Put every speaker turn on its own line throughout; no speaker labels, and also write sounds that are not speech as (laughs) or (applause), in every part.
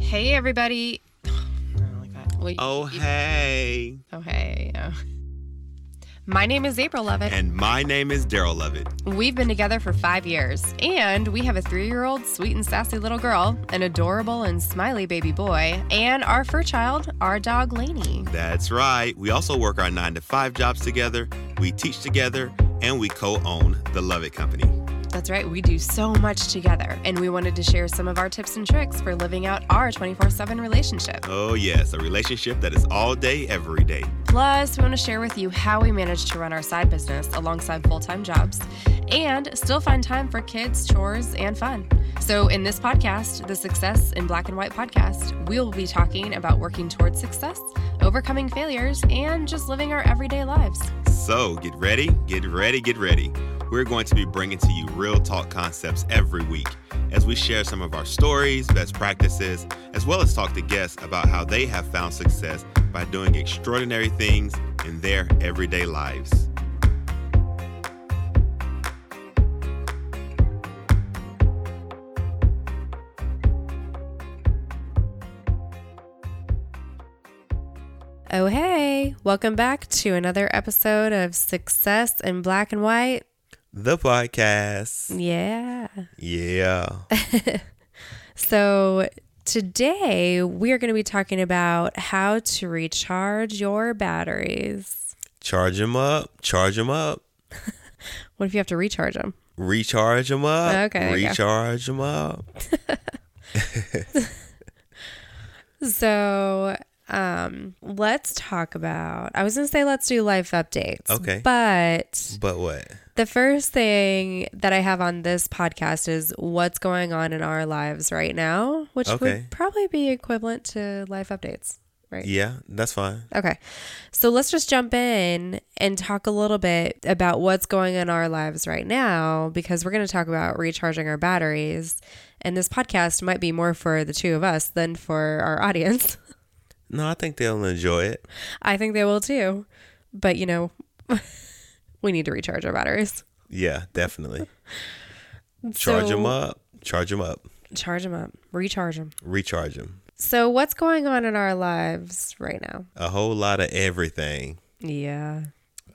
Hey, everybody. (sighs) I don't like that. Wait.
Oh, hey.
Oh, hey. Yeah. My name is April Lovett.
And my name is Daryl Lovett.
We've been together for five years, and we have a three year old sweet and sassy little girl, an adorable and smiley baby boy, and our fur child, our dog Lainey.
That's right. We also work our nine to five jobs together, we teach together, and we co own the Lovett Company.
That's right, we do so much together, and we wanted to share some of our tips and tricks for living out our 24 7 relationship.
Oh, yes, a relationship that is all day, every day.
Plus, we want to share with you how we manage to run our side business alongside full time jobs and still find time for kids, chores, and fun. So, in this podcast, the Success in Black and White podcast, we'll be talking about working towards success, overcoming failures, and just living our everyday lives.
So, get ready, get ready, get ready. We're going to be bringing to you real talk concepts every week as we share some of our stories, best practices, as well as talk to guests about how they have found success by doing extraordinary things in their everyday lives.
Oh, hey, welcome back to another episode of Success in Black and White.
The podcast.
Yeah.
Yeah.
So today we are going to be talking about how to recharge your batteries.
Charge them up. Charge them up.
What if you have to recharge them?
Recharge them up.
Okay, there you go.
Recharge them up.
So, um, let's talk about. I was going to say let's do life updates.
Okay.
But
But what?
the first thing that I have on this podcast is what's going on in our lives right now, which
Okay.
would probably be equivalent to life updates, right?
Yeah, that's fine.
Okay. So let's just jump in and talk a little bit about what's going on in our lives right now because we're going to talk about recharging our batteries. And this podcast might be more for the two of us than for our audience. (laughs)
No, I think they'll enjoy it.
I think they will too. But, you know, (laughs) we need to recharge our batteries.
Yeah, definitely. Charge them up. Charge them up.
Charge them up. Recharge them.
Recharge them.
So, what's going on in our lives right now?
A whole lot of everything.
Yeah.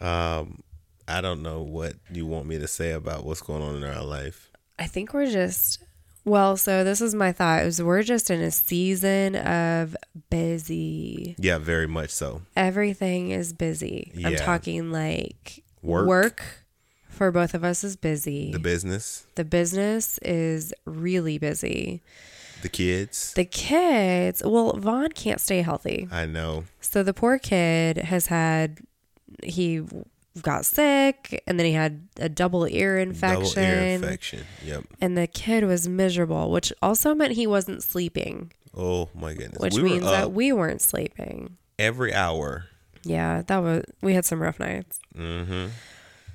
Um, I don't know what you want me to say about what's going on in our life.
I think we're just well, so this is my thought is we're just in a season of busy.
Yeah, very much so.
Everything is busy. I'm
Yeah.
talking like
Work.
for both of us is busy.
The
The,
business,
business is really busy.
the kids.
The kids, well, Vaughn can't stay healthy.
I know.
So the poor kid has had he got sick and then he had a double ear infection.
Double ear infection. Yep.
and the kid was miserable, which also meant he wasn't sleeping,
Oh my goodness.
which
we
means
were up
that we weren't sleeping.
every hour.
Yeah, that was we had some rough nights.
Mm-hmm.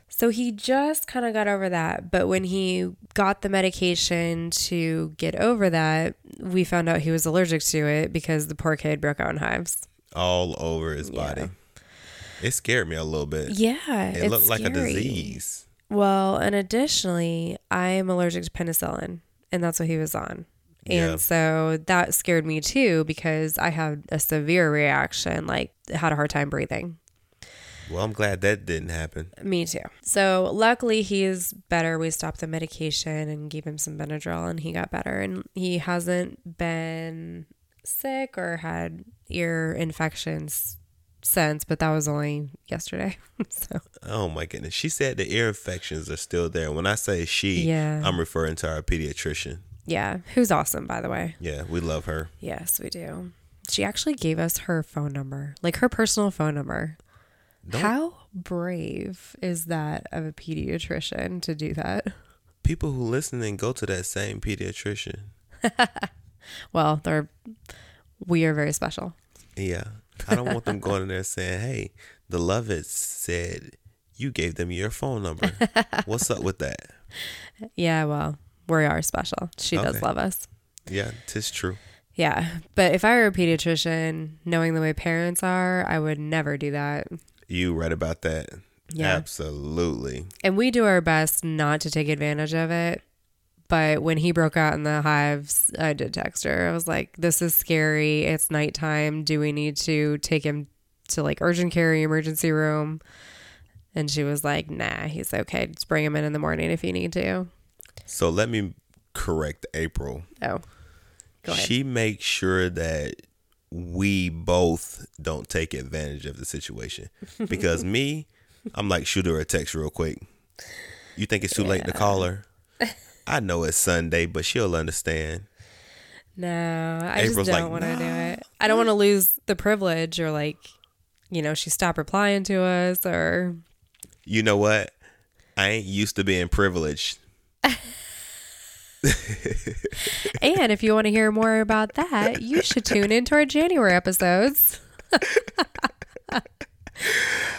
So he just kind of got over that, but when he got the medication to get over that, we found out he was allergic to it because the poor kid broke out in hives.
All over his body. It scared me a little bit.
Yeah,
it
it's
looked like a
scary.
disease.
Well, and additionally, I am allergic to penicillin, and that's what he was on. And
Yeah.
so that scared me too because I had a severe reaction, like had a hard time breathing.
Well, I'm glad that didn't happen.
Me too. So luckily he's better. We stopped the medication and gave him some Benadryl and he got better and he hasn't been sick or had ear infections since, but that was only yesterday. (laughs) so
Oh my goodness. She said the ear infections are still there. When I say she,
Yeah.
I'm referring to our pediatrician.
yeah, who's awesome by the way.
Yeah, we love her.
Yes, we do. She actually gave us her phone number, like her personal phone number.
Don't-
How brave is that of a pediatrician to do that?
People who listen and go to that same pediatrician.
Well, they're we are very special.
Yeah. I
(laughs)
don't want them going in there saying, Hey, the Lovitz said you gave them your phone
(laughs)
number. What's up with that?
Yeah, well, we are special. She does
Okay.
love us.
Yeah, tis true.
Yeah, but if I were a pediatrician, knowing the way parents are, I would never do that.
You right about that.
Yeah.
Absolutely.
And we do our best not to take advantage of it, But when he broke out in the hives, I did text her. I was like, this is scary. It's nighttime. Do we need to take him to like urgent care, emergency room? And she was like, nah, he's okay. Just bring him in in the morning if you need to.
So let me correct April.
Oh, go ahead.
She makes sure that we both don't take advantage of
(laughs)
the situation. Because me, I'm like, shoot her a text real quick. You think it's too late to call her? I know it's Sunday, but she'll understand.
No, I
April's
just don't
like,
want to do it. I don't want to lose the privilege or like, you know, she stopped replying to us or
You know what? I ain't used to being privileged.
and if you want to hear more about that, you should tune into our January episodes. (laughs)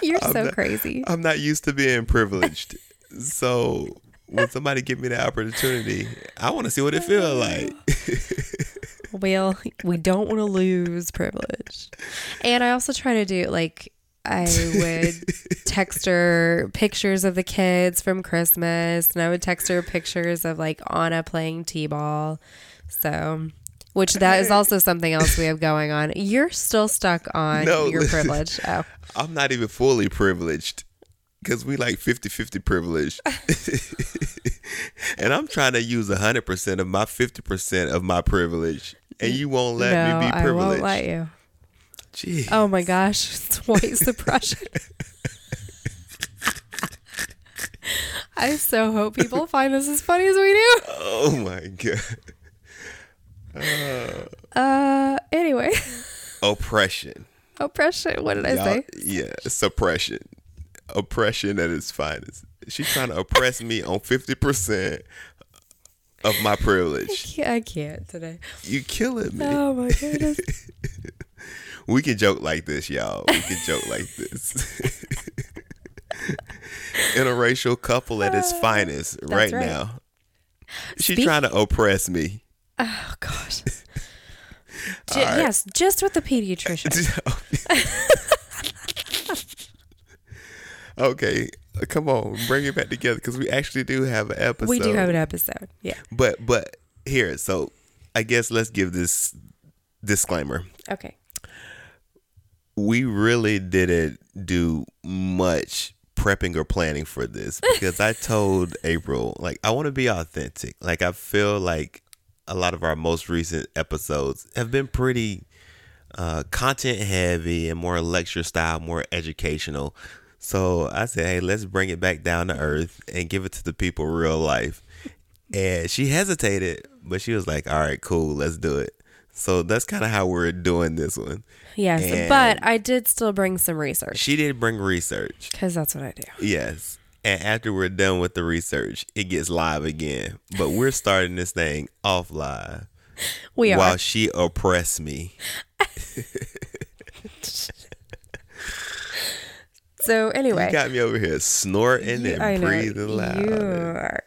You're so crazy.
I'm not used to being
(laughs)
privileged. so when somebody give me that opportunity, I want to see what it feels like.
Well, we don't want to lose privilege. And I also try to do like I would text her pictures of the kids from Christmas and I would text her pictures of like Anna playing T-ball. So, which that is also something else we have going on. You're still stuck on
No,
your
listen.
privilege. Oh.
I'm not even fully privileged because we like 50 50
(laughs)
privileged. and I'm trying to use 100% of my 50% of my privilege. And you won't let
no,
me be
I
privileged.
won't let you.
Gee.
Oh my gosh, (laughs) twice the
(laughs)
pressure. I so hope people find this as funny as we do.
Oh my God.
Uh, anyway, (laughs)
Oppression.
oppression. What did I
Y'all-
say?
Yeah, suppression. Oppression at its finest. She's trying to oppress me on 50% of my privilege.
Yeah, I can't today.
You killing me.
Oh my
(laughs)
goodness.
We can joke like this, y'all. We can joke like this. (laughs) Interracial couple at its finest right,
Uh, right.
now. She's
Speak-
trying to oppress me. (laughs)
Oh gosh. Ju- Yes, just with the
(laughs)
pediatrician.
okay, uh, come on, bring it back together because we actually do have an episode.
we do have an episode. Yeah.
But but here, so I guess let's give this disclaimer.
Okay.
we really didn't do much prepping or planning for this because I told April, like, I want to be authentic. Like, I feel like a lot of our most recent episodes have been pretty uh, content heavy and more lecture style, more educational. So I said, hey, let's bring it back down to earth and give it to the people real life. And she hesitated, but she was like, all right, cool, let's do it. So that's kind of how we're doing this one.
Yes,
And-
but I did still bring some research
She did bring research.
because that's what I do.
Yes. And after we're done with the research, it gets live again.
(laughs)
But we're starting this thing off live
We are.
while she oppressed me.
so anyway,
You got me over here snorting
you-
and
I know
breathing loud.
you are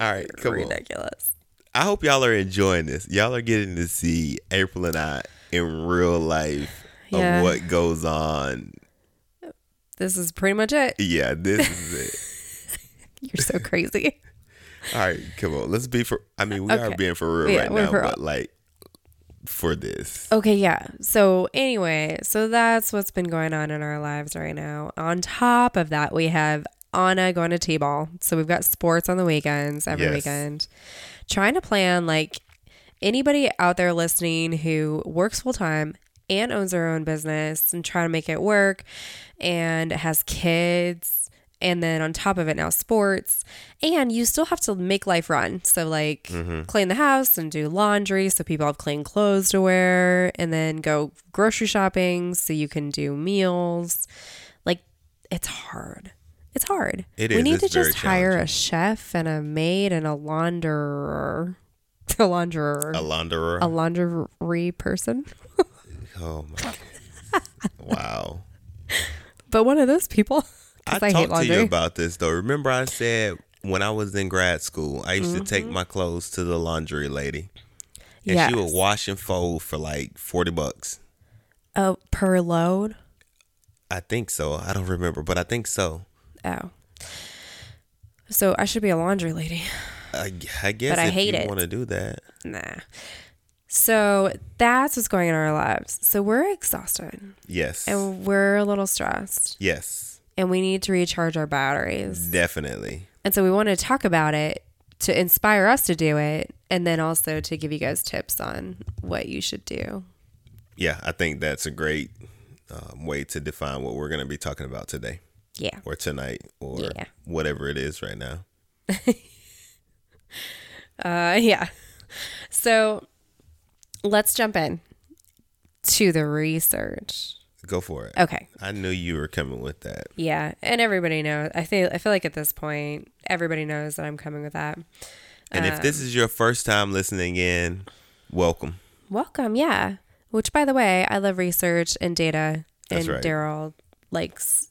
All right, come on.
ridiculous.
I hope y'all are enjoying this. Y'all are getting to see April and I in real life
Yeah.
of what goes on.
This is pretty much
(laughs)
it.
Yeah, this
(laughs)
is it.
You're so crazy.
All right, come on. Let's be for. I mean, we are
Okay.
being for real
Yeah,
right
we're
now,
for
but like for this.
Okay, yeah. So anyway, so that's what's been going on in our lives right now. On top of that, we have Anna going to T-ball. So we've got sports on the weekends, every
Yes.
weekend. Trying to plan like anybody out there listening who works full time and owns their own business and trying to make it work and has kids and then on top of it now sports and you still have to make life run so like
Mm-hmm.
clean the house and do laundry so people have clean clothes to wear and then go grocery shopping so you can do meals like it's hard it's hard
It
we
is.
need
It's
to
very
just hire a chef and a maid and a launderer (laughs) a launderer
A launderer.
a laundry person,
Oh my! God. wow.
but one of those people. (laughs) 'Cause
I,
I hate
talked to you
laundry.
about this though. Remember, I said when I was in grad school, I used to
Mm-hmm.
take my clothes to the laundry lady, and
Yes.
she would wash and fold for like forty bucks.
Oh, per load.
I think so. I don't remember, but I think so.
Oh, so I should be a laundry lady. (laughs)
I, I guess
But I
if
hate
you
it.
want to do that,
Nah. So that's what's going on in our lives. So we're exhausted
yes,
and we're a little stressed
yes,
and we need to recharge our batteries.
definitely.
And so we want to talk about it to inspire us to do it and then also to give you guys tips on what you should do.
Yeah, I think that's a great um, way to define what we're going to be talking about today
Yeah.
or tonight or
Yeah.
whatever it is right now.
Uh, yeah. So let's jump in to the research.
Go for it.
Okay.
I knew you were coming with that.
Yeah, and everybody knows. I feel I feel like at this point, everybody knows that I'm coming with that.
And if
Um,
this is your first time listening in, welcome.
Welcome, yeah. Which, by the way, I love research and data,
That's
and
right.
Daryl likes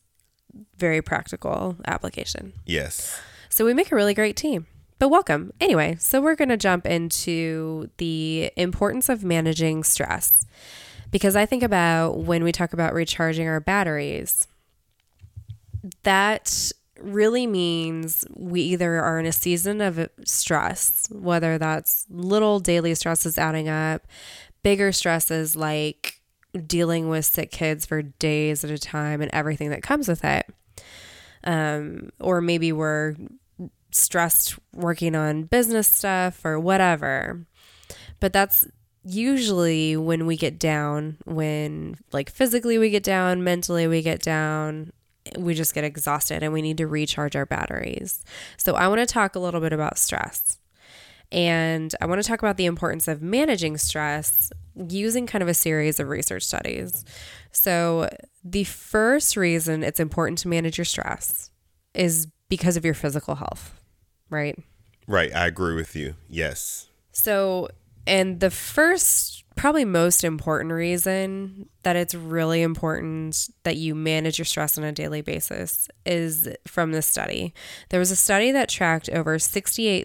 very practical application.
Yes.
So we make a really great team. But welcome. Anyway, so we're going to jump into the importance of managing stress. Because I think about when we talk about recharging our batteries, that really means we either are in a season of stress, whether that's little daily stresses adding up, bigger stresses like dealing with sick kids for days at a time and everything that comes with it um, or maybe we're stressed working on business stuff or whatever. But that's usually when we get down, when like physically we get down, mentally we get down, we just get exhausted and we need to recharge our batteries. So I want to talk a little bit about stress. And I want to talk about the importance of managing stress using kind of a series of research studies. So, the first reason it's important to manage your stress is because of your physical health, right?
Right. I agree with you. Yes.
So, and the first, probably most important reason that it's really important that you manage your stress on a daily basis is from this study. There was a study that tracked over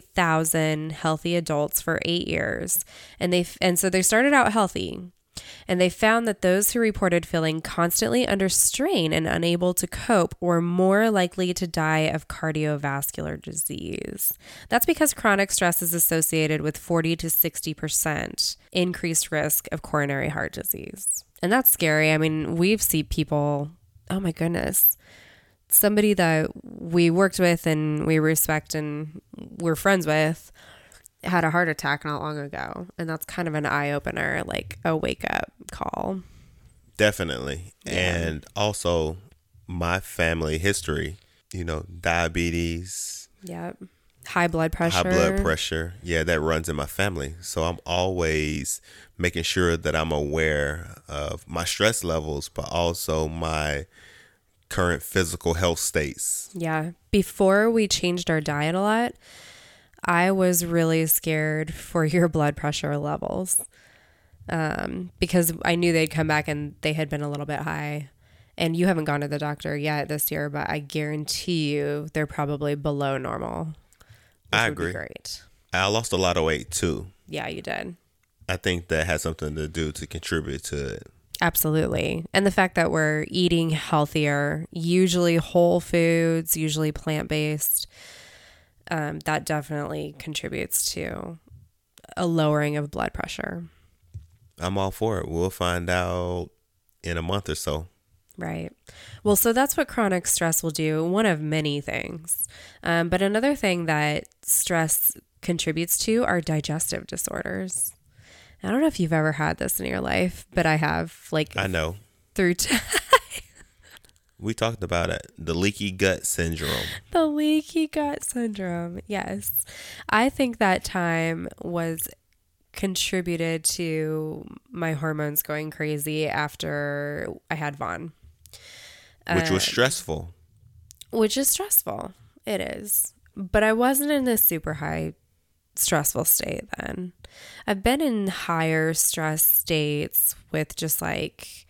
68,000 healthy adults for eight years. And they, and so they started out healthy. And they found that those who reported feeling constantly under strain and unable to cope were more likely to die of cardiovascular disease. That's because chronic stress is associated with 40 to 60% increased risk of coronary heart disease. And that's scary. I mean, we've seen people, oh my goodness, somebody that we worked with and we respect and we're friends with had a heart attack not long ago. And that's kind of an eye opener, like a wake up call.
Definitely. And also my family history, you know, diabetes,
Yep. High blood pressure.
high blood pressure. Yeah, that runs in my family. So I'm always making sure that I'm aware of my stress levels, but also my current physical health states.
Yeah. Before we changed our diet a lot, I was really scared for your blood pressure levels um, because I knew they'd come back and they had been a little bit high. And you haven't gone to the doctor yet this year, but I guarantee you they're probably below normal. which
I
would be
agree.
great.
I lost a lot of weight too.
Yeah, you did.
I think that has something to do to contribute to it.
Absolutely. And the fact that we're eating healthier, usually whole foods, usually plant based, um, that definitely contributes to a lowering of blood pressure.
I'm all for it. We'll find out in a month or so.
Right. Well, so that's what chronic stress will do, one of many things. Um, but another thing that stress contributes to are digestive disorders. I don't know if you've ever had this in your life, but I have, like,
I know.
through t- (laughs)
We talked about it. The leaky gut syndrome.
(laughs) the leaky gut syndrome. Yes. I think that time was contributed to my hormones going crazy after I had Vaughn,
which
Uh,
was stressful.
which is stressful. It is. But I wasn't in a super high stressful state then. I've been in higher stress states with just like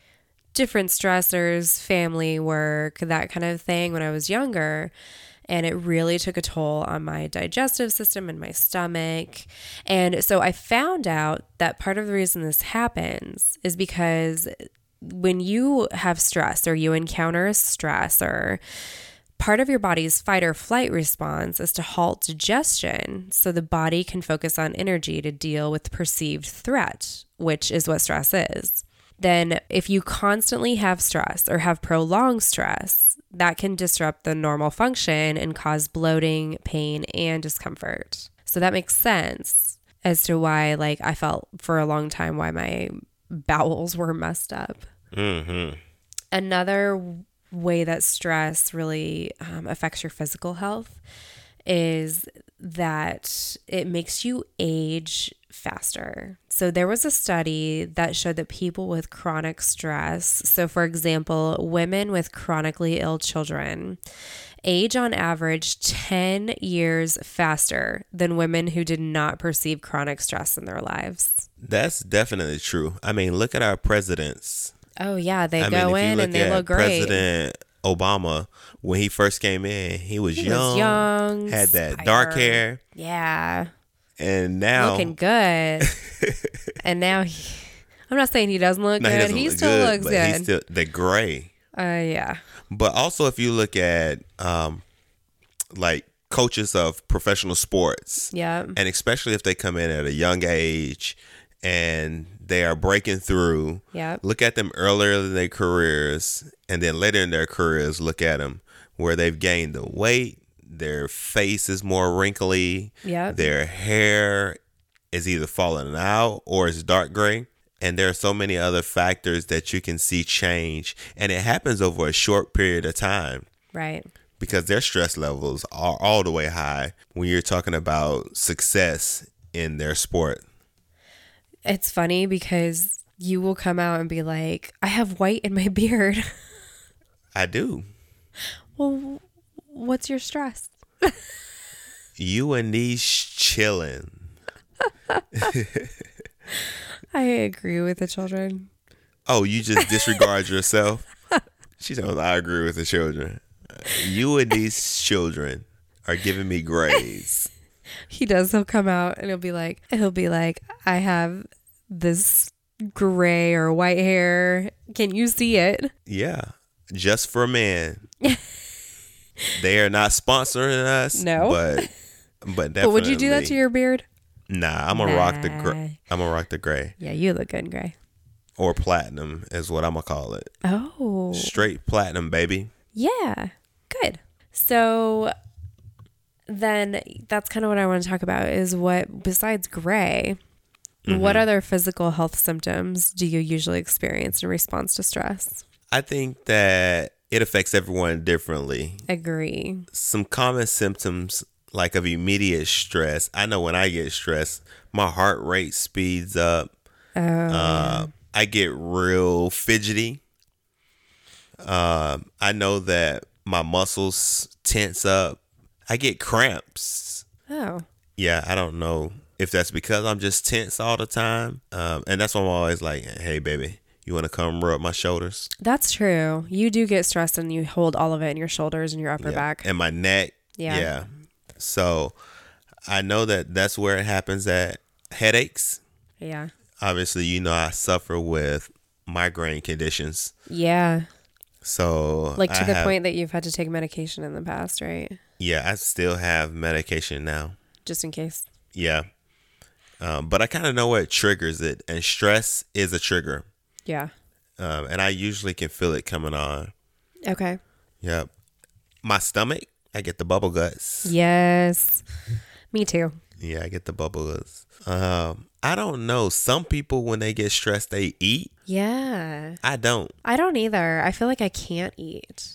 different stressors, family, work, that kind of thing when I was younger. And it really took a toll on my digestive system and my stomach. And so I found out that part of the reason this happens is because when you have stress or you encounter a stressor, Part of your body's fight or flight response is to halt digestion so the body can focus on energy to deal with perceived threat, which is what stress is. Then, if you constantly have stress or have prolonged stress, that can disrupt the normal function and cause bloating, pain, and discomfort. So that makes sense as to why, like, I felt for a long time why my bowels were messed up.
Mm-hmm.
Another w- way that stress really um, affects your physical health is that it makes you age faster. So, there was a study that showed that people with chronic stress, so for example, women with chronically ill children, age on average 10 years faster than women who did not perceive chronic stress in their lives.
That's definitely true. I mean, look at our presidents.
Oh, yeah, they
I mean,
go
if you
in
look
and they
at
look great.
President Obama, when he first came in, he was,
He was
young,
young,
had that dark
spire.
hair,
Yeah.
and now
looking
(laughs)
good. and now he, I'm not saying he doesn't look
no, he
good.
doesn't
He,
look
still
good,
looks
but
good.
he's still the gray.
uh, yeah.
But also, if you look at um, like coaches of professional sports,
Yeah.
and especially if they come in at a young age and they are breaking through,
Yeah.
look at them earlier in their careers and then later in their careers look at them where they've gained the weight their face is more wrinkly
Yep.
their hair is either falling out or it's dark gray and there are so many other factors that you can see change and it happens over a short period of time
Right.
because their stress levels are all the way high when you're talking about success in their sport
It's funny because you will come out and be like, I have white in my (laughs) beard.
i do
well, what's your stress?
you and these chilling
I agree with the children.
Oh, you just
(laughs)
disregard yourself? She said, "Oh, I agree with the children. You and these children are giving
(laughs)
me grades.
He does. He'll come out and he'll be like, he'll be like, I have this gray or white hair. Can you see it?
Yeah. Just
(laughs)
for men. They are not sponsoring us.
No.
But but definitely.
(laughs) But would you do that to your beard?
Nah, I'm gonna rock the
Nah.
gray. I'm gonna rock the gray
Yeah, you look good in gray.
or platinum is what I'm gonna call it.
Oh.
Straight platinum, baby.
Yeah, good. So then that's kind of what I want to talk about is what, besides gray, what other physical health symptoms do you usually experience in response to stress?
I think that it affects everyone differently.
Agree.
some common symptoms like of immediate stress. I know when I get stressed, my heart rate speeds up.
Oh,
Uh, I get real fidgety. Um, I know that my muscles tense up. I get cramps.
oh,
Yeah, I don't know if that's because I'm just tense all the time. Um, and that's why I'm always like, hey, baby, you want to come rub my shoulders?
that's true. You do get stressed and you hold all of it in your shoulders and your upper
Yeah.
back.
and my neck.
Yeah.
Yeah. So I know that that's where it happens at headaches.
Yeah.
Obviously, you know I suffer with migraine conditions.
Yeah.
So
Like to
I
the
have-
point that you've had to take medication in the past, right?
Yeah, I still have medication now.
Just in case.
Yeah. Um, but I kind of know what triggers it, and stress is a trigger.
Yeah.
Um, and I usually can feel it coming on.
Okay.
Yep. My stomach, I get the bubble guts.
Yes. Me too.
Yeah, I get the bubbles. Um, I don't know. Some people when they get stressed, they eat.
Yeah.
I don't.
I don't either. I feel like I can't eat.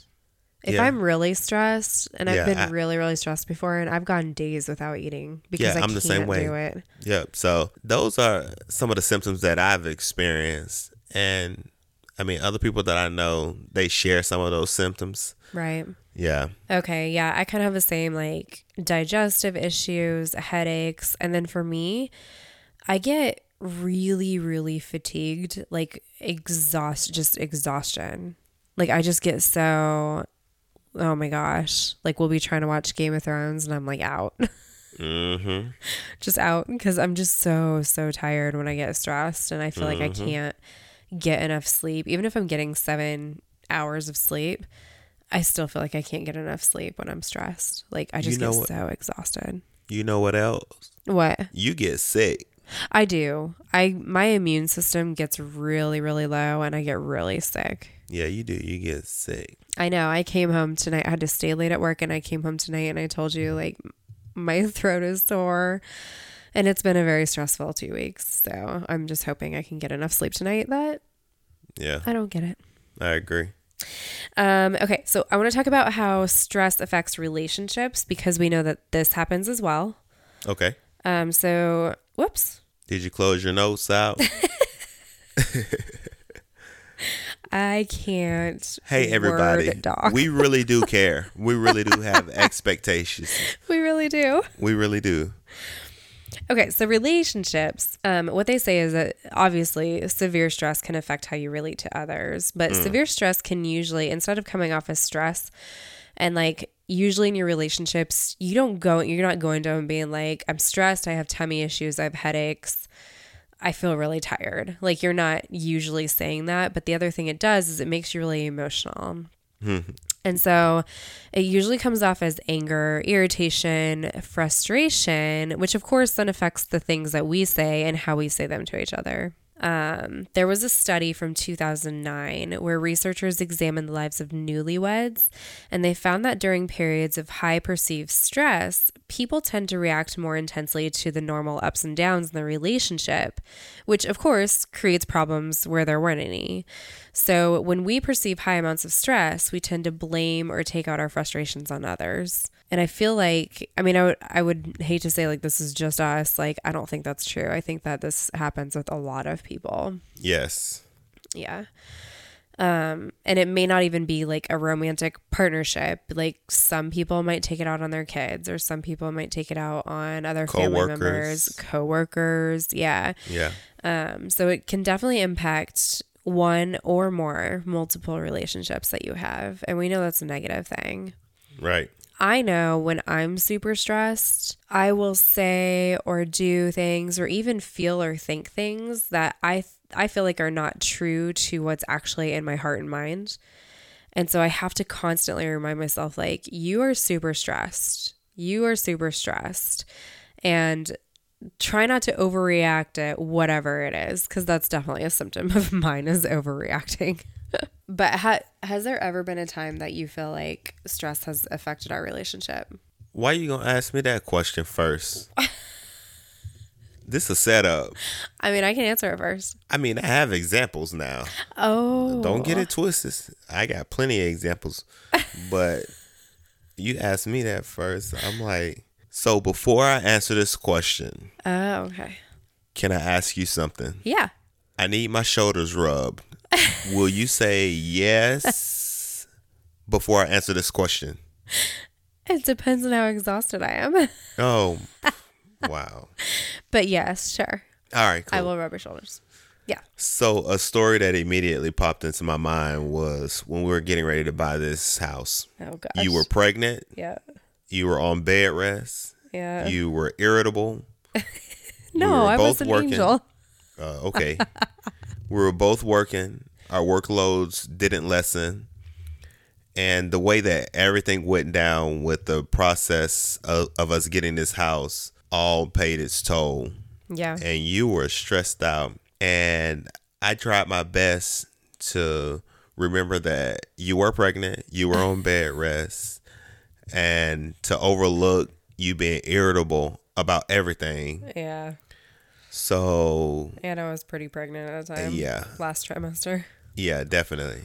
If
Yeah.
I'm really stressed, and I've
Yeah,
been
I-
really, really stressed before, and I've gone days without eating because
Yeah,
I
I'm
can't
the same way.
do it.
Yep. So those are some of the symptoms that I've experienced, and I mean, other people that I know they share some of those symptoms.
Right.
Yeah.
Okay. Yeah. I kind of have the same like digestive issues, headaches. And then for me, I get really, really fatigued, like exhaust, just exhaustion. Like I just get so, oh my gosh. Like we'll be trying to watch Game of Thrones and I'm like out. (laughs)
Mm-hmm.
just out because I'm just so so tired when I get stressed and I feel like I can't get enough sleep. Even if I'm getting seven hours of sleep, I still feel like I can't get enough sleep when I'm stressed. Like I
You
just
know
get
what-
so exhausted.
You know what else?
What?
You get sick.
I do. I my immune system gets really really low and I get really sick.
Yeah, you do. You get sick.
I know. I came home tonight. I had to stay late at work and I came home tonight and I told you like my (laughs) throat is sore and it's been a very stressful 2 weeks. So, I'm just hoping I can get enough sleep tonight that
Yeah,
I don't get it.
I agree.
Um, okay, so I want to talk about how stress affects relationships because we know that this happens as well.
Okay.
Um, so, whoops,
Did you close your notes out?
I can't.
Hey, everybody.
word doc.
We really do care. We really do have expectations.
(laughs) we really do.
We really do.
Okay, so relationships. Um, what they say is that obviously severe stress can affect how you relate to others, but severe stress can usually, instead of coming off as stress, and like usually in your relationships, you don't go, you're not going to them being like, I'm stressed, I have tummy issues, I have headaches, I feel really tired. Like you're not usually saying that, but the other thing it does is it makes you really emotional. And so it usually comes off as anger, irritation, frustration, which of course then affects the things that we say and how we say them to each other. Um, there was a study from 2009 where researchers examined the lives of newlyweds, and they found that during periods of high perceived stress, people tend to react more intensely to the normal ups and downs in the relationship, which of course creates problems where there weren't any. So when we perceive high amounts of stress, we tend to blame or take out our frustrations on others. And I feel like, I mean, I would, I would hate to say like this is just us. Like, I don't think that's true. I think that this happens with a lot of people.
Yes.
Yeah. Um, and it may not even be like a romantic partnership. Like some people might take it out on their kids, or some people might take it out on other family
Coworkers.
members, coworkers. Yeah.
Yeah.
Um, so it can definitely impact one or more multiple relationships that you have. And we know that's a negative thing.
Right.
I know when I'm super stressed, I will say or do things or even feel or think things that I I feel like are not true to what's actually in my heart and mind. And so I have to constantly remind myself like you are super stressed. You are super stressed. And try not to overreact at whatever it is cuz that's definitely a symptom of (laughs) mine is overreacting. But ha- has there ever been a time that you feel like stress has affected our relationship?
Why you gonna ask me that question first? this a setup.
I mean, I can answer it first.
I mean, I have examples now.
Oh,
Don't get it twisted. I got plenty of examples, but you asked me that first. I'm like, so before I answer this question,
Oh, okay.
can I ask you something?
Yeah.
I need my shoulders rubbed. Will you say yes before I answer this question?
It depends on how exhausted I am. (laughs)
Oh, wow.
but yes, sure.
All right,
I
cool.
will rub your shoulders. Yeah.
So, a story that immediately popped into my mind was when we were getting ready to buy this house.
Oh gosh.
You were pregnant,
Yeah.
you were on bed rest,
Yeah.
you were irritable.
no,
were
I was
both
an
working.
angel.
Uh, okay. we were both working. Our workloads didn't lessen. And the way that everything went down with the process of, of us getting this house all paid its toll.
Yeah.
And you were stressed out. And I tried my best to remember that you were pregnant, you were on bed rest, and to overlook you being irritable about everything.
Yeah.
So
And I was pretty pregnant at the time.
Uh, Yeah.
Last trimester.
Yeah, definitely.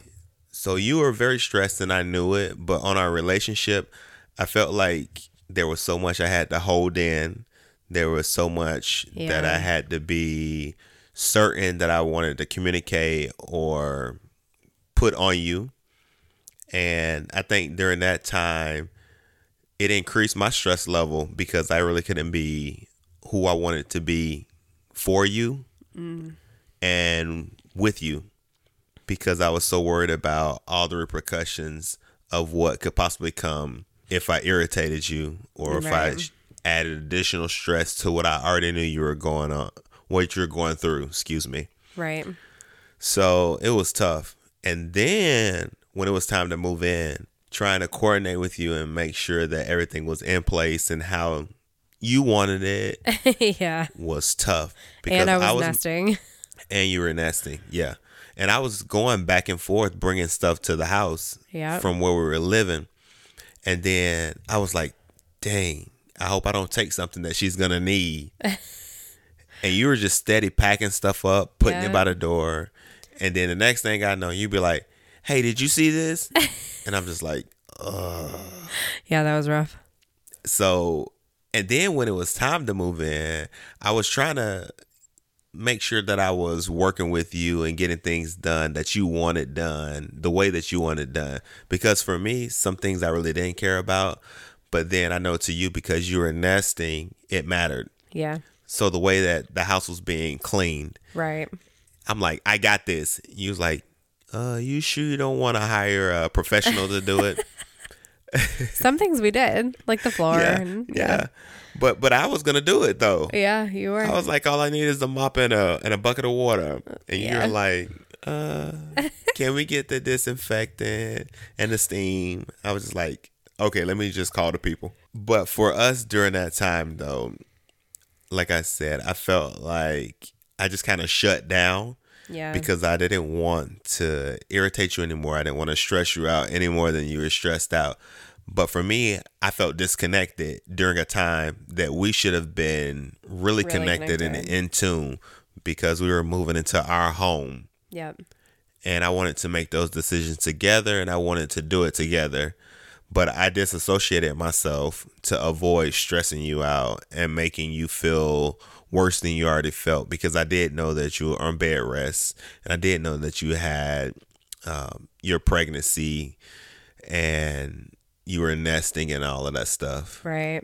So you were very stressed and I knew it, but on our relationship, I felt like there was so much I had to hold in. There was so much
Yeah.
that I had to be certain that I wanted to communicate or put on you. And I think during that time, it increased my stress level because I really couldn't be who I wanted to be for you and with you because I was so worried about all the repercussions of what could possibly come if I irritated you or if I
Right.
added additional stress to what I already knew you were going on, what you're going through, excuse me.
Right.
So it was tough. And then when it was time to move in, trying to coordinate with you and make sure that everything was in place and how you wanted
(laughs) (laughs)
it
yeah.
was tough
And I was, nesting.
and you were nesting. Yeah. And I was going back and forth bringing stuff to the house
Yep.
from where we were living. And then I was like, dang, I hope I don't take something that she's going
(laughs)
to need. and you were just steady packing stuff up, putting
Yep.
it by the door. And then the next thing I know, you'd be like, hey, did you
(laughs)
see this? and I'm just like,
Yeah, that was rough.
so and then when it was time to move in i was trying to make sure that i was working with you and getting things done that you wanted done the way that you wanted done because for me some things i really didn't care about but then i know to you because you were nesting it mattered
Yeah.
so the way that the house was being cleaned
Right.
i'm like i got this you was like uh you sure you don't want to hire a professional to do it
Some things we did, like the floor.
yeah,
and,
yeah but but i was gonna do it though
Yeah, you were.
I was like, all I need is a mop and a and a bucket of water. And
Yeah.
you're like, uh, can we get the disinfectant and the steam? I was just like, okay, let me just call the people. But for us during that time though, like I said, I felt like I just kind of shut down
yeah.
because I didn't want to irritate you anymore. I didn't want to stress you out any more than you were stressed out. But for me, I felt disconnected during a time that we should have been really,
Really
connected, and
connected.
in tune because we were moving into our home.
yep.
And I wanted to make those decisions together and I wanted to do it together. But I disassociated myself to avoid stressing you out and making you feel worse than you already felt because I did know that you were on bed rest and I did know that you had um, your pregnancy and you were nesting and all of that stuff.
Right.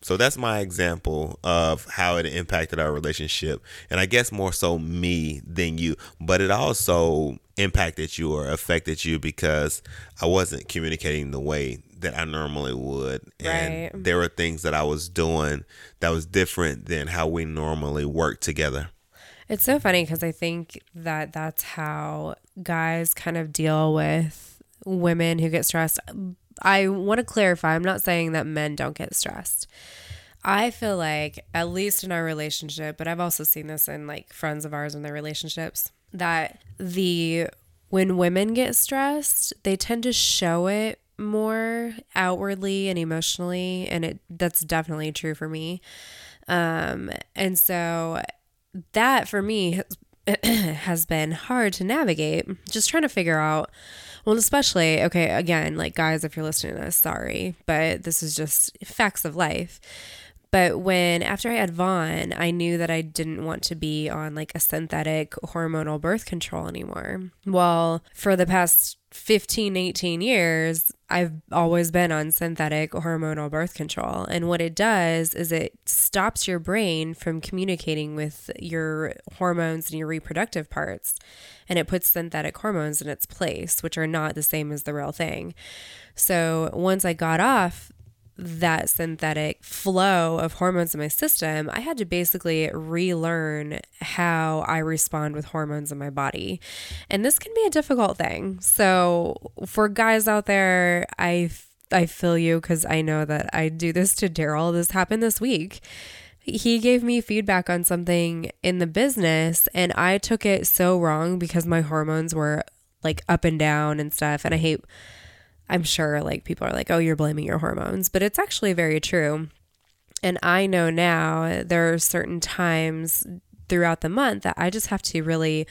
So that's my example of how it impacted our relationship. And I guess more so me than you, but it also impacted you or affected you because I wasn't communicating the way that I normally would. And
Right.
there were things that I was doing that was different than how we normally work together.
It's so funny because I think that that's how guys kind of deal with women who get stressed. I want to clarify, I'm not saying that men don't get stressed. I feel like, at least in our relationship, but I've also seen this in like friends of ours in their relationships, that the when women get stressed, they tend to show it more outwardly and emotionally. And it that's definitely true for me. Um, and so that for me has, (clears throat) has been hard to navigate. Just trying to figure out, well, especially, okay, again, like guys, if you're listening to this, sorry, but this is just facts of life. But when after I had Vaughn, I knew that I didn't want to be on like a synthetic hormonal birth control anymore. Well, for the past 15, 18 years, I've always been on synthetic hormonal birth control. And what it does is it stops your brain from communicating with your hormones and your reproductive parts. And it puts synthetic hormones in its place, which are not the same as the real thing. So once I got off that synthetic flow of hormones in my system, I had to basically relearn how I respond with hormones in my body. And this can be a difficult thing. So, for guys out there, I, f- I feel you because I know that I do this to Daryl. This happened this week he gave me feedback on something in the business and I took it so wrong because my hormones were like up and down and stuff and I hate I'm sure like people are like oh you're blaming your hormones but it's actually very true and I know now there are certain times throughout the month that I just have to really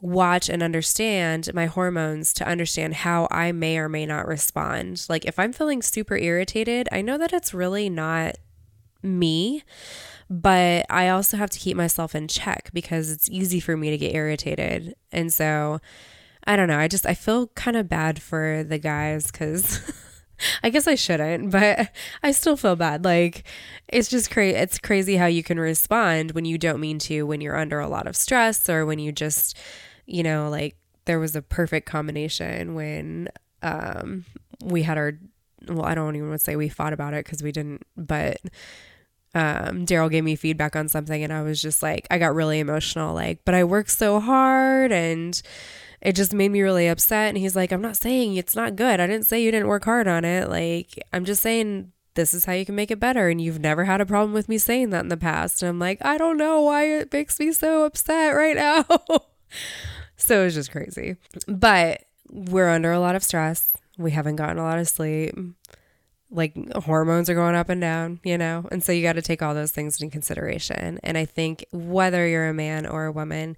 watch and understand my hormones to understand how I may or may not respond like if I'm feeling super irritated I know that it's really not me but I also have to keep myself in check because it's easy for me to get irritated. And so I don't know. I just I feel kind of bad for the guys cuz (laughs) I guess I shouldn't, but (laughs) I still feel bad. Like it's just crazy it's crazy how you can respond when you don't mean to when you're under a lot of stress or when you just you know like there was a perfect combination when um we had our well, I don't even want to say we fought about it cuz we didn't, but um, Daryl gave me feedback on something, and I was just like, I got really emotional, like, but I work so hard, and it just made me really upset. And he's like, I'm not saying it's not good. I didn't say you didn't work hard on it. Like, I'm just saying this is how you can make it better. And you've never had a problem with me saying that in the past. And I'm like, I don't know why it makes me so upset right now. (laughs) so it's just crazy. But we're under a lot of stress. We haven't gotten a lot of sleep. Like hormones are going up and down, you know? And so you got to take all those things into consideration. And I think whether you're a man or a woman,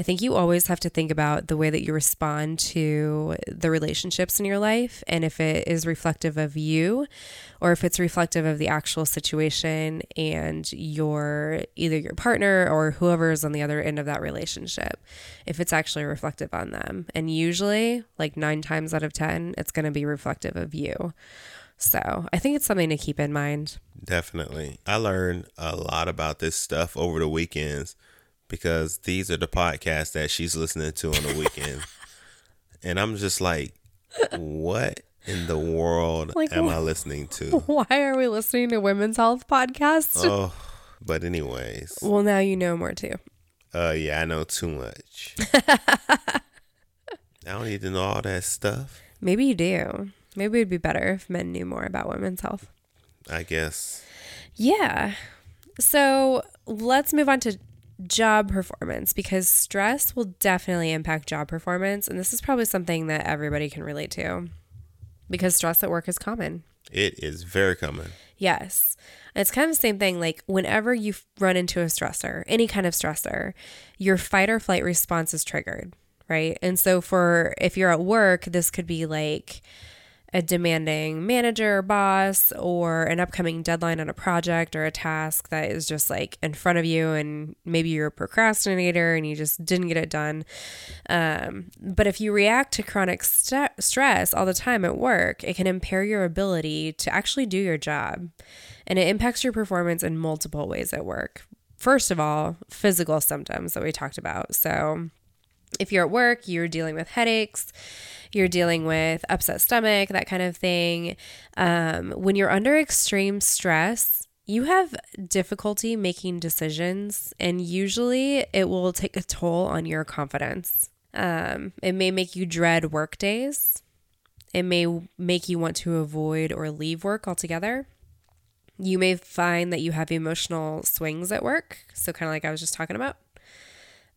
I think you always have to think about the way that you respond to the relationships in your life and if it is reflective of you or if it's reflective of the actual situation and your either your partner or whoever is on the other end of that relationship. If it's actually reflective on them. And usually, like 9 times out of 10, it's going to be reflective of you. So, I think it's something to keep in mind. (laughs)
Definitely. I learned a lot about this stuff over the weekends because these are the podcasts that she's listening to on
(laughs)
the weekend. and I'm just like, what in the world
(laughs) Like,
am
wh-
I
(laughs)
listening to?
Why are we listening to women's health podcasts?
oh, but anyways,
Well, now you know more too.
uh, yeah, I know too
(laughs)
much. I don't need to know all that stuff.
Maybe you do. Maybe it'd be better if men knew more about women's health.
I guess.
Yeah. So let's move on to job performance because stress will definitely impact job performance. And this is probably something that everybody can relate to because stress at work is common.
It is very common.
Yes. It's kind of the same thing. Like, whenever you f- run into a stressor, any kind of stressor, your fight or flight response is triggered, right? And so, for if you're at work, this could be like a demanding manager or boss, or an upcoming deadline on a project or a task that is just like in front of you, and maybe you're a procrastinator and you just didn't get it done. Um, but if you react to chronic st- stress all the time at work, it can impair your ability to actually do your job. And it impacts your performance in multiple ways at work. First of all, physical symptoms that we talked about. So, if you're at work, you're dealing with headaches, you're dealing with upset stomach, that kind of thing. Um, when you're under extreme stress, you have difficulty making decisions, and usually it will take a toll on your confidence. Um, it may make you dread work days. It may make you want to avoid or leave work altogether. You may find that you have emotional swings at work. So, kind of like I was just talking about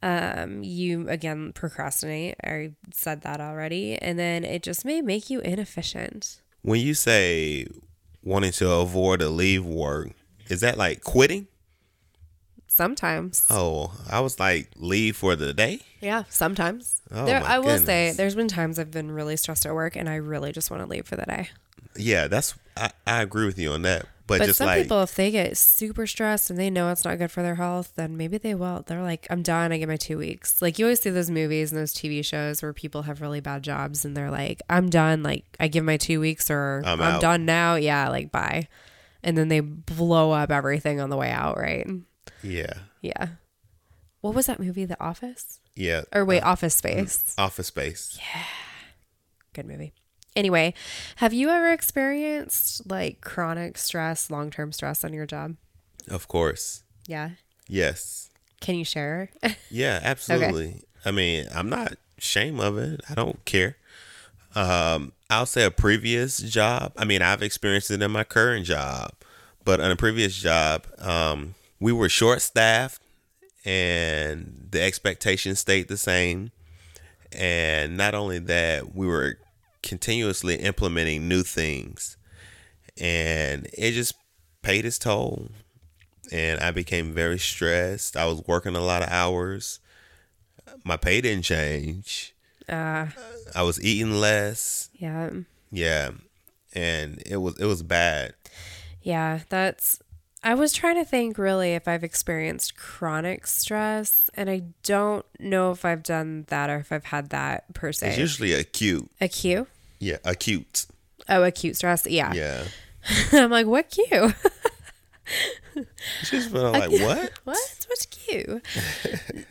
Um, you again procrastinate. I said that already. And then it just may make you inefficient.
When you say wanting to avoid or leave work, is that like quitting?
Sometimes.
Oh, I was like, leave for the day?
Yeah, sometimes.
Oh,
there
my
I will say
goodness.
there's been times I've been really stressed at work and I really just want to leave for the day.
Yeah, that's, I, I agree with you on that. But,
But
just
some
like,
people if they get super stressed and they know it's not good for their health, then maybe they will. They're like, I'm done, I get my two weeks. Like you always see those movies and those TV shows where people have really bad jobs and they're like, I'm done, like I give my two weeks or
I'm
I'm
out.
done now. Yeah, like bye. And then they blow up everything on the way out, right?
yeah,
Yeah. What was that movie? The Office?
yeah.
Or wait,
mm.
Office Space.
Office space.
Good movie. Anyway, have you ever experienced like chronic stress, long term stress on your job?
Of course.
Yeah.
Yes.
Can you share?
Yeah, absolutely. I mean, I'm not ashamed of it. I don't care. Um, I'll say a previous job. I mean, I've experienced it in my current job, but on a previous job, um, we were short staffed and the expectations stayed the same. And not only that, we were continuously implementing new things and it just paid its toll and I became very stressed. I was working a lot of hours. My pay didn't change.
Uh,
I was eating less.
yeah.
Yeah. And it was it was bad.
Yeah. That's, I was trying to think really if I've experienced chronic stress, and I don't know if I've done that or if I've had that per
It's
se.
usually acute.
Acute?
Yeah, acute.
Oh, acute stress. Yeah.
Yeah.
(laughs) I'm like, what cue?
She's been like, what?
What? What's cute?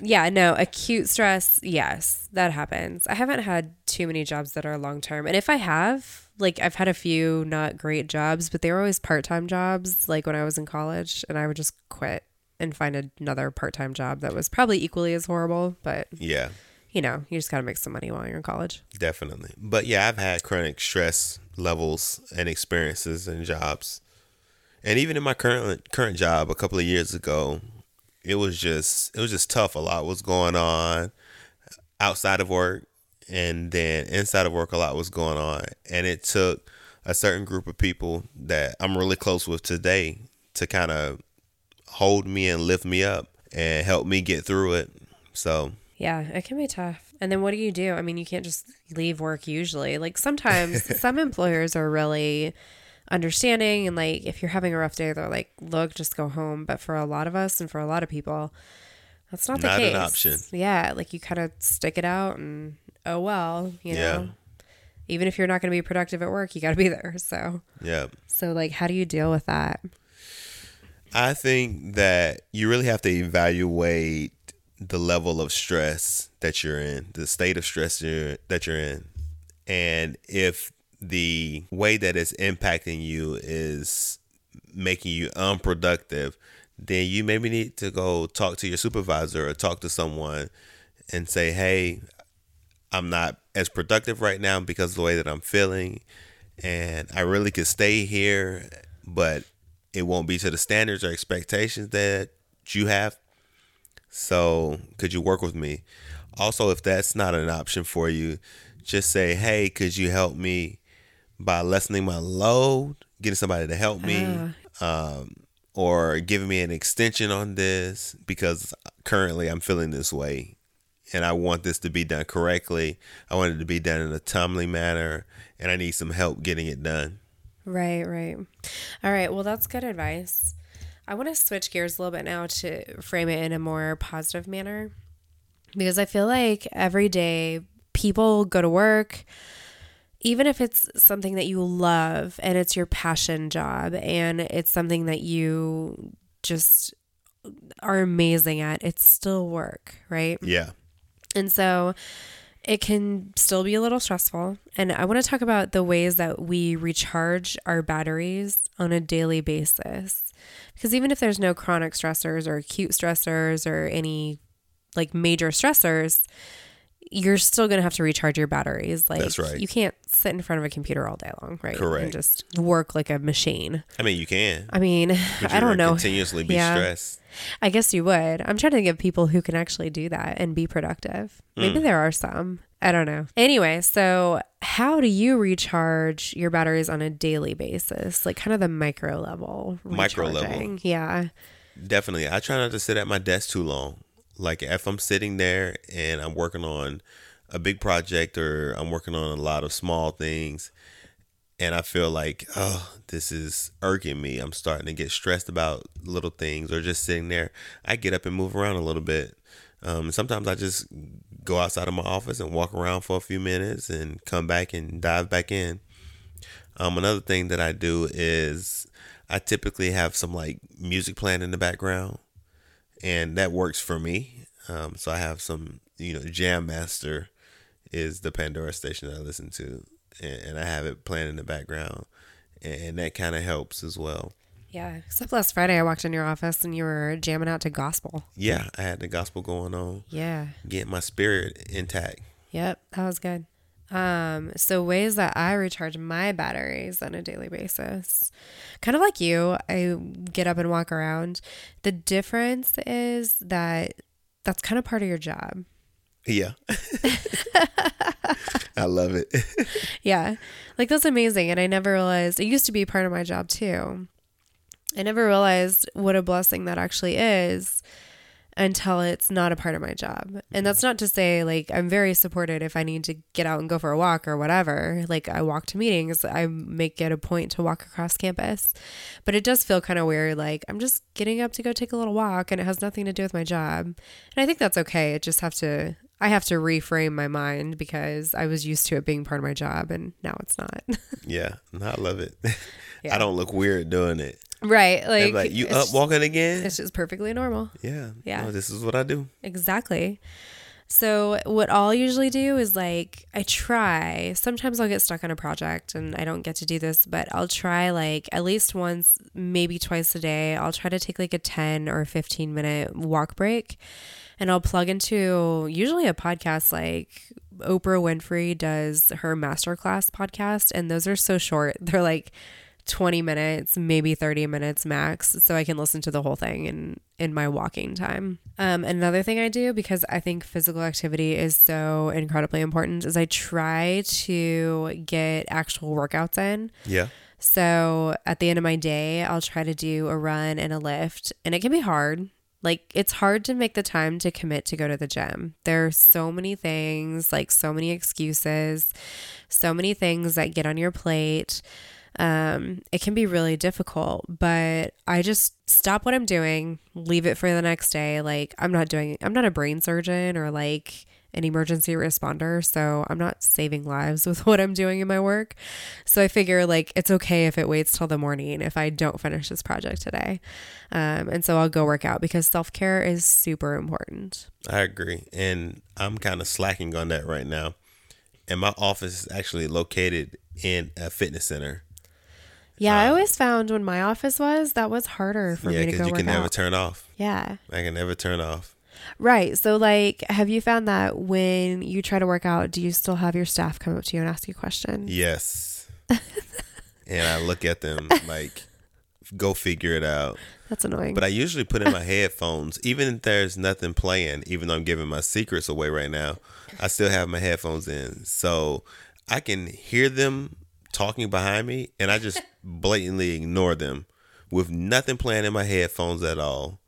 yeah, no, acute stress. Yes, that happens. I haven't had too many jobs that are long term. And if I have, like, I've had a few not great jobs, but they were always part time jobs, like when I was in college, and I would just quit and find another part time job that was probably equally as horrible, but
Yeah.
you know, you just got to make some money while you're in college.
Definitely. But yeah, I've had chronic stress levels and experiences and jobs. And even in my current current job a couple of years ago, it was just it was just tough. A lot was going on outside of work and then inside of work a lot was going on. And it took a certain group of people that I'm really close with today to kind of hold me and lift me up and help me get through it. So
Yeah, it can be tough. And then what do you do? I mean, you can't just leave work usually. Like sometimes
(laughs)
some employers are really understanding and like if you're having a rough day, they're like, "Look, just go home." But for a lot of us and for a lot of people, that's not the
Not an
case.
option.
Yeah, like you kind of stick it out and oh well, you
Yeah.
know. Even if you're not going to be productive at work, you got to be there. So,
yeah.
so like how do you deal with that?
I think that you really have to evaluate the level of stress that you're in, the state of stress you're, that you're in, and if the way that it's impacting you is making you unproductive, then you maybe need to go talk to your supervisor or talk to someone and say, "Hey, I'm not as productive right now because of the way that I'm feeling, and I really could stay here, but it won't be to the standards or expectations that you have. So, could you work with me? Also, if that's not an option for you, just say, "Hey, could you help me by lessening my load, getting somebody to help me, um, or giving me an extension on this because currently I'm feeling this way." and I want this to be done correctly. I want it to be done in a timely manner, and I need some help getting it done.
Right, right. All right. Well, that's good advice. I want to switch gears a little bit now to frame it in a more positive manner because I feel like every day people go to work, even if it's something that you love and it's your passion job and it's something that you just are amazing at, it's still work, right?
Yeah.
And so it can still be a little stressful. And I want to talk about the ways that we recharge our batteries on a daily basis. Because even if there's no chronic stressors or acute stressors or any like major stressors, you're still going to have to recharge your batteries. Like
That's right.
you can't sit in front of a computer all day long, right?
Correct.
And just work like a machine.
I mean, you can.
I mean,
but
I
you're
don't
gonna
know.
Continuously be
Yeah.
stressed.
I guess you would. I'm trying to give people who can actually do that and be productive. Maybe
Mm.
there are some. I don't know. Anyway, so how do you recharge your batteries on a daily basis? Like kind of the micro level.
Micro level.
recharging. Yeah.
Definitely. I try not to sit at my desk too long. Like if I'm sitting there and I'm working on a big project or I'm working on a lot of small things and I feel like, oh, this is irking me. I'm starting to get stressed about little things or just sitting there. I get up and move around a little bit. Um, sometimes I just go outside of my office and walk around for a few minutes and come back and dive back in. Um, another thing that I do is I typically have some like music playing in the background, and that works for me. Um, so I have some, you know, Jam Master is the Pandora station that I listen to, and, and I have it playing in the background, and, and that kind of helps as well.
Yeah. Except last Friday I walked in your office and you were jamming out to gospel.
Yeah, I had the gospel going on,
Yeah.
getting my spirit intact.
Yep. That was good. Um, so ways that I recharge my batteries on a daily basis. Kind of like you, I get up and walk around. The difference is that that's kind of part of your job.
Yeah, (laughs) I love it.
Yeah. Like that's amazing. And I never realized it used to be part of my job too. I never realized what a blessing that actually is until it's not a part of my job.
Mm-hmm.
And that's not to say like I'm very supported if I need to get out and go for a walk or whatever. Like I walk to meetings, I make it a point to walk across campus. But it does feel kind of weird like I'm just getting up to go take a little walk and it has nothing to do with my job. And I think that's okay. It just have to I have to reframe my mind because I was used to it being part of my job and now it's not. (laughs)
Yeah, no, I love it.
Yeah.
I don't look weird doing it.
right.
They're
Like,
Like, you uh,
it's
up
just-
walking again?
it's just perfectly normal.
Yeah.
Yeah.
No, this is what I do.
Exactly. So, what I'll usually do is like, I try. Sometimes I'll get stuck on a project and I don't get to do this, but I'll try like at least once, maybe twice a day. I'll try to take like a 10 or 15 minute walk break and I'll plug into usually a podcast like Oprah Winfrey does her masterclass podcast, and those are so short. (laughs) They're like 20 minutes, maybe 30 minutes max, so I can listen to the whole thing in in my walking time. Um, another thing I do because I think physical activity is so incredibly important is I try to get actual workouts in.
Yeah.
So at the end of my day, I'll try to do a run and a lift, and it can be hard. Like it's hard to make the time to commit to go to the gym. There are so many things, like so many excuses, so many things that get on your plate. Um, it can be really difficult, but I just stop what I'm doing, leave it for the next day. Like I'm not doing I'm not a brain surgeon or like an emergency responder, so I'm not saving lives (laughs) with what I'm doing in my work. So I figure like it's okay if it waits till the morning if I don't finish this project today. Um, and so I'll go work out because self care is super important.
I agree. And I'm kind of slacking on that right now. And my office is actually located in a fitness center.
Yeah, I always found when my office was that was harder for
Uh, yeah,
me to go
because you
work
can
out.
never turn off.
yeah.
I can never turn off.
Right. So, like, have you found that when you try to work out, do you still have your staff come up to you and ask you questions? (laughs)
Yes. and I look at them like, go figure it out.
That's annoying.
But I usually put in my headphones, even if there's nothing playing, even though I'm giving my secrets away right now, I still have my headphones in. So I can hear them talking behind me and I just blatantly ignore them with nothing playing in my headphones at all,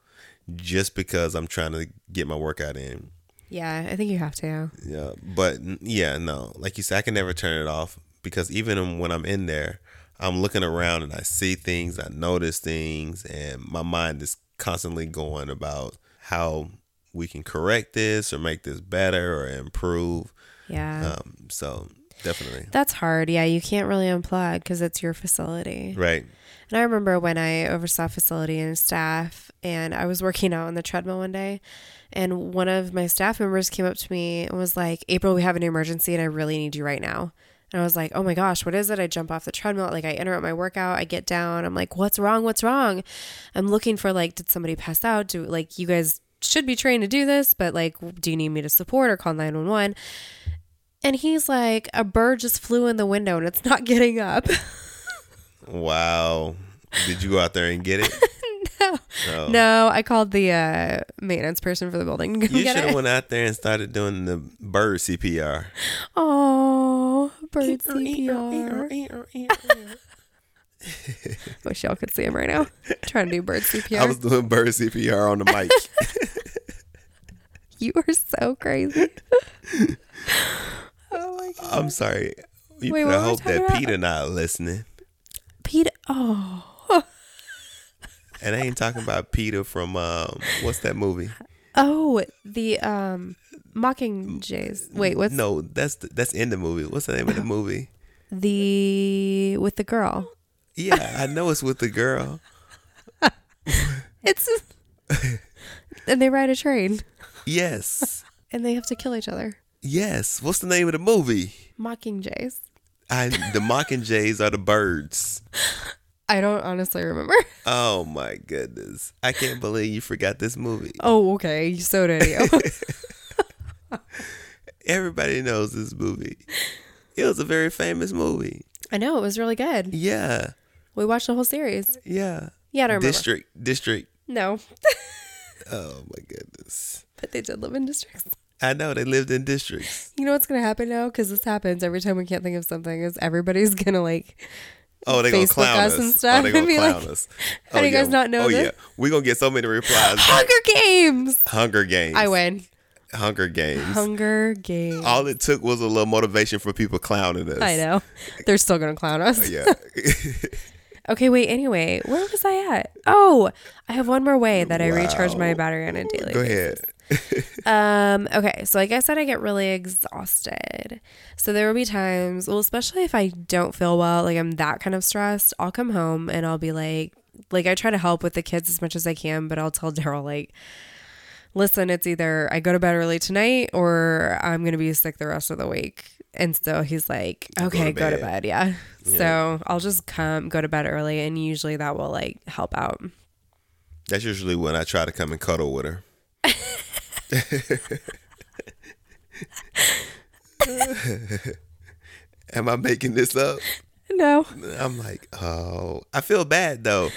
just because I'm trying to get my workout in.
yeah, I think you have to.
Yeah, but n- yeah, no. Like you said, I can never turn it off because even when I'm in there, I'm looking around and I see things, I notice things, and my mind is constantly going about how we can correct this or make this better or improve.
Yeah.
Um, so definitely
That's hard. Yeah, you can't really unplug because it's your facility.
right.
And I remember when I oversaw facility and staff, and I was working out on the treadmill one day, and one of my staff members came up to me and was like, April, we have an emergency and I really need you right now. And I was like, oh my gosh, what is it? I jump off the treadmill, like I interrupt my workout, I get down, I'm like, what's wrong? What's wrong? I'm looking for like, did somebody pass out? Do like you guys should be trained to do this, but like, do you need me to support or call 911? And he's like, a bird just flew in the window and it's not (laughs) getting up.
Wow. Did you go out there and get it?
no.
No.
No, I called the uh, maintenance person for the building to (laughs) go
You
get
should have
it.
went out there and started doing the bird CPR.
Oh, bird CPR. Wish y'all could see him right (laughs) now. Trying to do bird CPR.
I was doing bird CPR on
(laughs)
the mic.
you are so crazy.
I'm sorry. You
Wait, what
better
were we
hope that
talking
Peter not listening.
Peter. Oh.
And I ain't talking about Peter from um, what's that movie?
Oh, the um, mocking jays. Wait, what's
No, that's the, that's in the movie. What's the name of the movie?
the with the girl?
Yeah, I know it's with the girl.
It's (laughs) and they ride a train
Yes,
and they have to kill each other.
yes. What's the name of the movie?
Mocking jays.
I the Mockingjays are the birds.
I don't honestly remember.
Oh my goodness! I can't believe you forgot this movie.
Oh, okay. So did you.
Everybody knows this movie. It was a very famous movie.
(laughs) I know it was really good.
Yeah,
We watched the whole series.
yeah.
Yeah, I don't remember.
District, district.
no, (laughs)
Oh my goodness.
but they did live in districts.
I know they lived in districts.
You know what's gonna happen now? Because this happens every time we can't think of something. Is everybody's (laughs) gonna like?
Oh, they gonna
Facebook
clown
us
us.
and stuff
oh, they
and
gonna
be
clown
like, (laughs)
us.
"How do you guys not know
Oh
this?"
yeah, we gonna get so
(laughs)
many replies. back.
Hunger Games.
Hunger Games.
I win.
Hunger Games.
Hunger Games.
All it took was a little motivation for people clowning us. Oh,
I know. They're still gonna clown us.
Yeah.
(laughs) Okay, wait. Anyway, where was I at? Oh, I have one more way that I recharge my
Wow.
battery on a daily.
Go ahead.
Um, okay, so like I said, I get really exhausted. So there will be times, well, especially if I don't feel well, like I'm that kind of stressed, I'll come home and I'll be like, like I try to help with the kids as much as I can, but I'll tell (laughs) Daryl, like, listen, it's either I go to bed early tonight or I'm going to be sick the rest of the week. And so he's like, okay, go to bed.
bed.
Yeah. So I'll just come, go to bed early. And usually that will like help out.
That's usually when I try to come and cuddle with her. (laughs) Am I making this up?
No.
I'm like, oh, I feel bad though,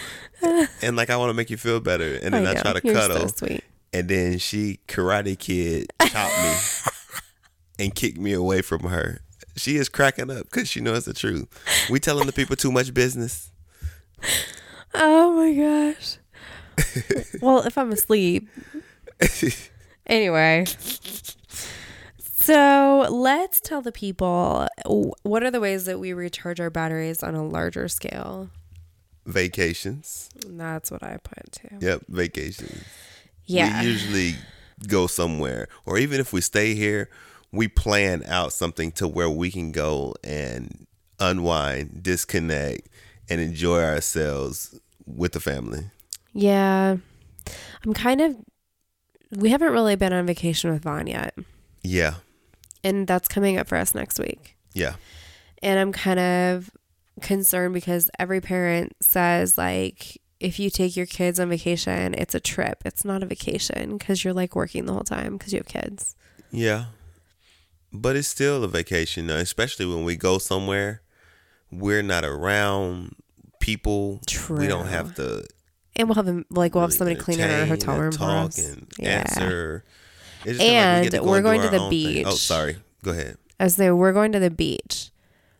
and like I want to make you feel better, and then I,
know.
try to
You're
cuddle,
So sweet.
and then she Karate Kid chopped me and kicked me away from her. She is cracking up because she knows the truth. We telling the people too much business.
Oh my gosh. well, if I'm asleep. Anyway. So let's tell the people w- what are the ways that we recharge our batteries on a larger scale?
Vacations,
That's what I put too.
yep, vacations.
Yeah.
We usually go somewhere, or even if we stay here, we plan out something to where we can go and unwind, disconnect, and enjoy ourselves with the family.
yeah. I'm kind of, we haven't really been on vacation with Vaughn yet.
Yeah,
And that's coming up for us next week.
yeah,
and I'm kind of concerned because every parent says like if you take your kids on vacation, it's a trip. It's not a vacation because you're like working the whole time because you have kids.
yeah. But it's still a vacation, though, especially when we go somewhere we're not around people. We don't
True.
have to.
And we'll have them like we'll have
really
somebody clean in our
entertain
hotel
and
room for
talk
us.
and
Yeah.
answer. It's just kinda
And we're
and do
going to
our
the
own thing. Oh,
beach.
sorry. Go ahead.
As they we're going to the beach,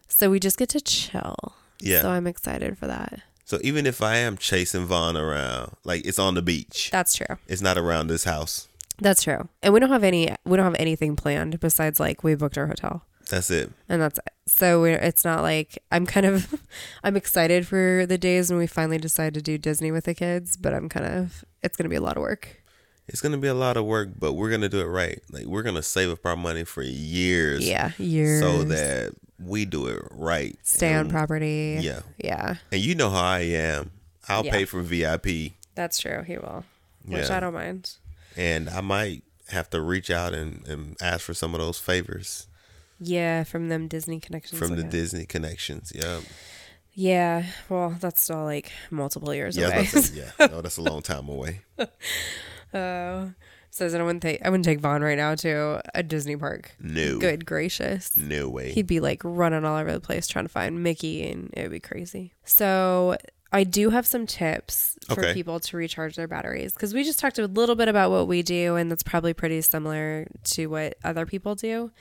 so we just get to chill.
Yeah.
So I'm excited for that.
So even if I am chasing Vaughn around, like it's on the beach,
That's true.
it's not around this house.
That's true. And we don't have any. We don't have anything planned besides like we booked our hotel.
That's it.
and that's it. So we're, it's not like I'm kind of (laughs) I'm excited for the days when we finally decide to do Disney with the kids, but I'm kind of it's gonna be a lot of work.
It's gonna be a lot of work, but we're gonna do it right. Like we're gonna save up our money for years,
Yeah, years.
so that we do it right.
stay on
And-
property.
Yeah,
yeah,
and you know how I am. I'll
Yeah.
pay for VIP,
that's true. He will, which
Yeah.
I don't mind.
and I might have to reach out and, and ask for some of those favors
Yeah, from them Disney connections.
from
I
the
guess.
Disney connections. Yeah,
yeah, well, that's still like multiple years
yeah, I
away.
was
(laughs)
about to say, yeah. No, that's a long time away.
Oh, says I wouldn't take I wouldn't take Vaughn right now to a Disney park.
No,
Good gracious.
no way.
He'd be like running all over the place trying to find Mickey, and it would be crazy. So, I do have some tips for
Okay.
people to recharge their batteries because we just talked a little bit about what we do, and that's probably pretty similar to what other people do.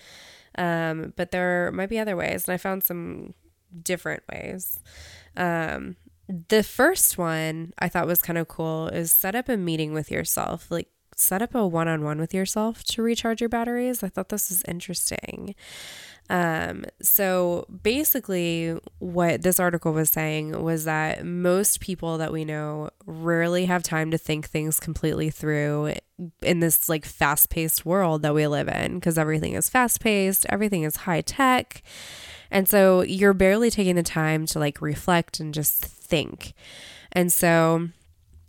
Um, but there might be other ways, and I found some different ways. Um, the first one I thought was kind of cool is set up a meeting with yourself, like set up a one on one with yourself to recharge your batteries. I thought this was interesting. Um, so basically, what this article was saying was that most people that we know rarely have time to think things completely through in this like fast paced world that we live in because everything is fast paced, everything is high tech. And so you're barely taking the time to like reflect and just think. And so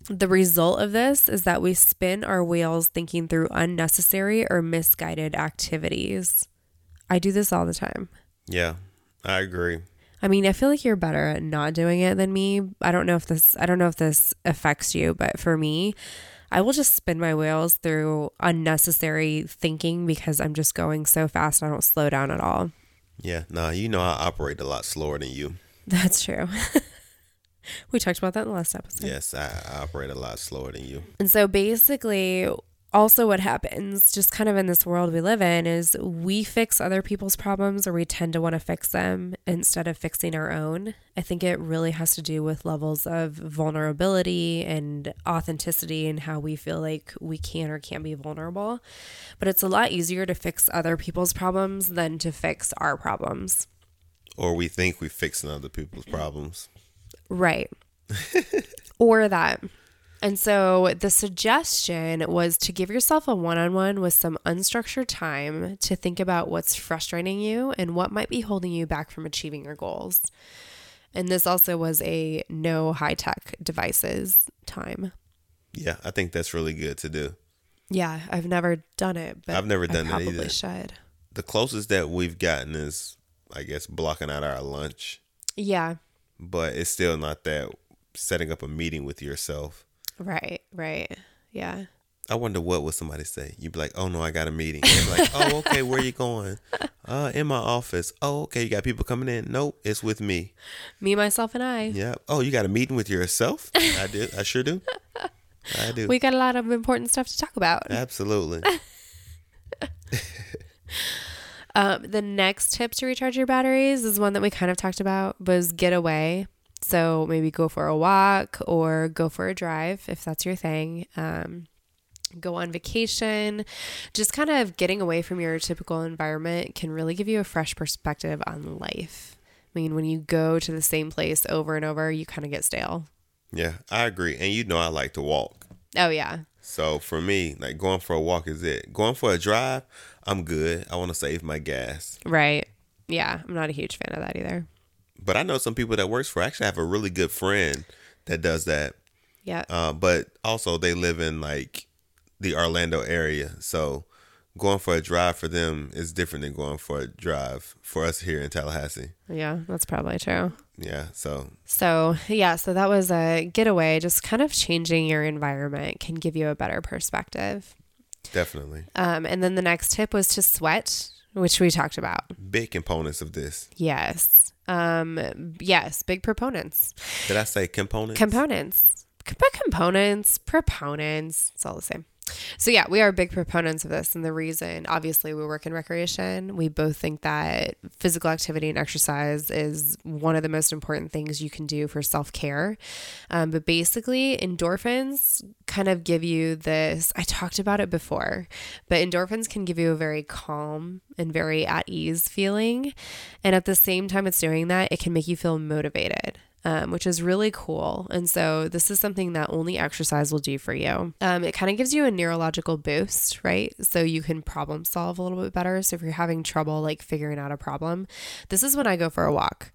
the result of this is that we spin our wheels thinking through unnecessary or misguided activities. I do this all the time.
yeah, I agree.
I mean, I feel like you're better at not doing it than me. I don't know if this I don't know if this affects you, but for me, I will just spin my wheels through unnecessary thinking because I'm just going so fast. I don't slow down at all. (laughs)
Yeah, nah, you know I operate a lot slower than you.
That's true. (laughs) we talked about that in the last episode.
Yes, I, I operate a lot slower than you.
And so basically, also what happens, just kind of in this world we live in, is we fix other people's problems or we tend to want to fix them instead of fixing our own. I think it really has to do with levels of vulnerability and authenticity and how we feel like we can or can't be vulnerable. But it's a lot easier to fix other people's problems than to fix our problems.
Or we think we're fixing other people's problems. (laughs)
Right. or that. And so the suggestion was to give yourself a one on one with some unstructured time to think about what's frustrating you and what might be holding you back from achieving your goals. And this also was a no high tech devices time.
Yeah, I think that's really good to do.
Yeah, I've never done it, but
I've never done it
I probably
either.
should.
The closest that we've gotten is, I guess, blocking out our lunch,
Yeah,
but it's still not that setting up a meeting with yourself.
right, right. Yeah.
I wonder what would somebody say. You'd be like, "Oh no, I got a meeting." They'd be like, "Oh, okay, where you going?" Uh, in my office. Oh, okay, you got people coming in. Nope, it's with me.
Me, myself, and I.
Yeah. Oh, you got a meeting with yourself? I do. I sure do. I do.
We got a lot of important stuff to talk about.
Absolutely.
Um, the next tip to recharge your batteries is one that we kind of talked about was get away. So maybe go for a walk or go for a drive if that's your thing. Um, go on vacation. Just kind of getting away from your typical environment can really give you a fresh perspective on life. I mean, when you go to the same place over and over, you kind of get stale.
Yeah, I agree. And you know, I like to walk.
Oh, yeah.
So for me, like going for a walk is it. Going for a drive, I'm good. I want to save my gas.
Right. Yeah. I'm not a huge fan of that either.
But I know some people that works for. I actually have a really good friend that does that.
Yeah.
Uh, but also, they live in like the Orlando area, so going for a drive for them is different than going for a drive for us here in Tallahassee.
Yeah. That's probably true.
Yeah. So
So, yeah, so that was a getaway. Just kind of changing your environment can give you a better perspective.
definitely
Um, and then the next tip was to sweat, which we talked about.
big components of this.
Yes. Um, yes, big proponents.
Did I say components?
Components. Com- but components, proponents, it's all the same. So, yeah, we are big proponents of this. And the reason, obviously, we work in recreation. We both think that physical activity and exercise is one of the most important things you can do for self care. Um, but basically, endorphins kind of give you this. I talked about it before, but endorphins can give you a very calm and very at ease feeling. And at the same time, it's doing that, it can make you feel motivated um, which is really cool. And so, this is something that only exercise will do for you. Um, it kind of gives you a neurological boost, right? So, you can problem solve a little bit better. So, if you're having trouble like figuring out a problem, this is when I go for a walk.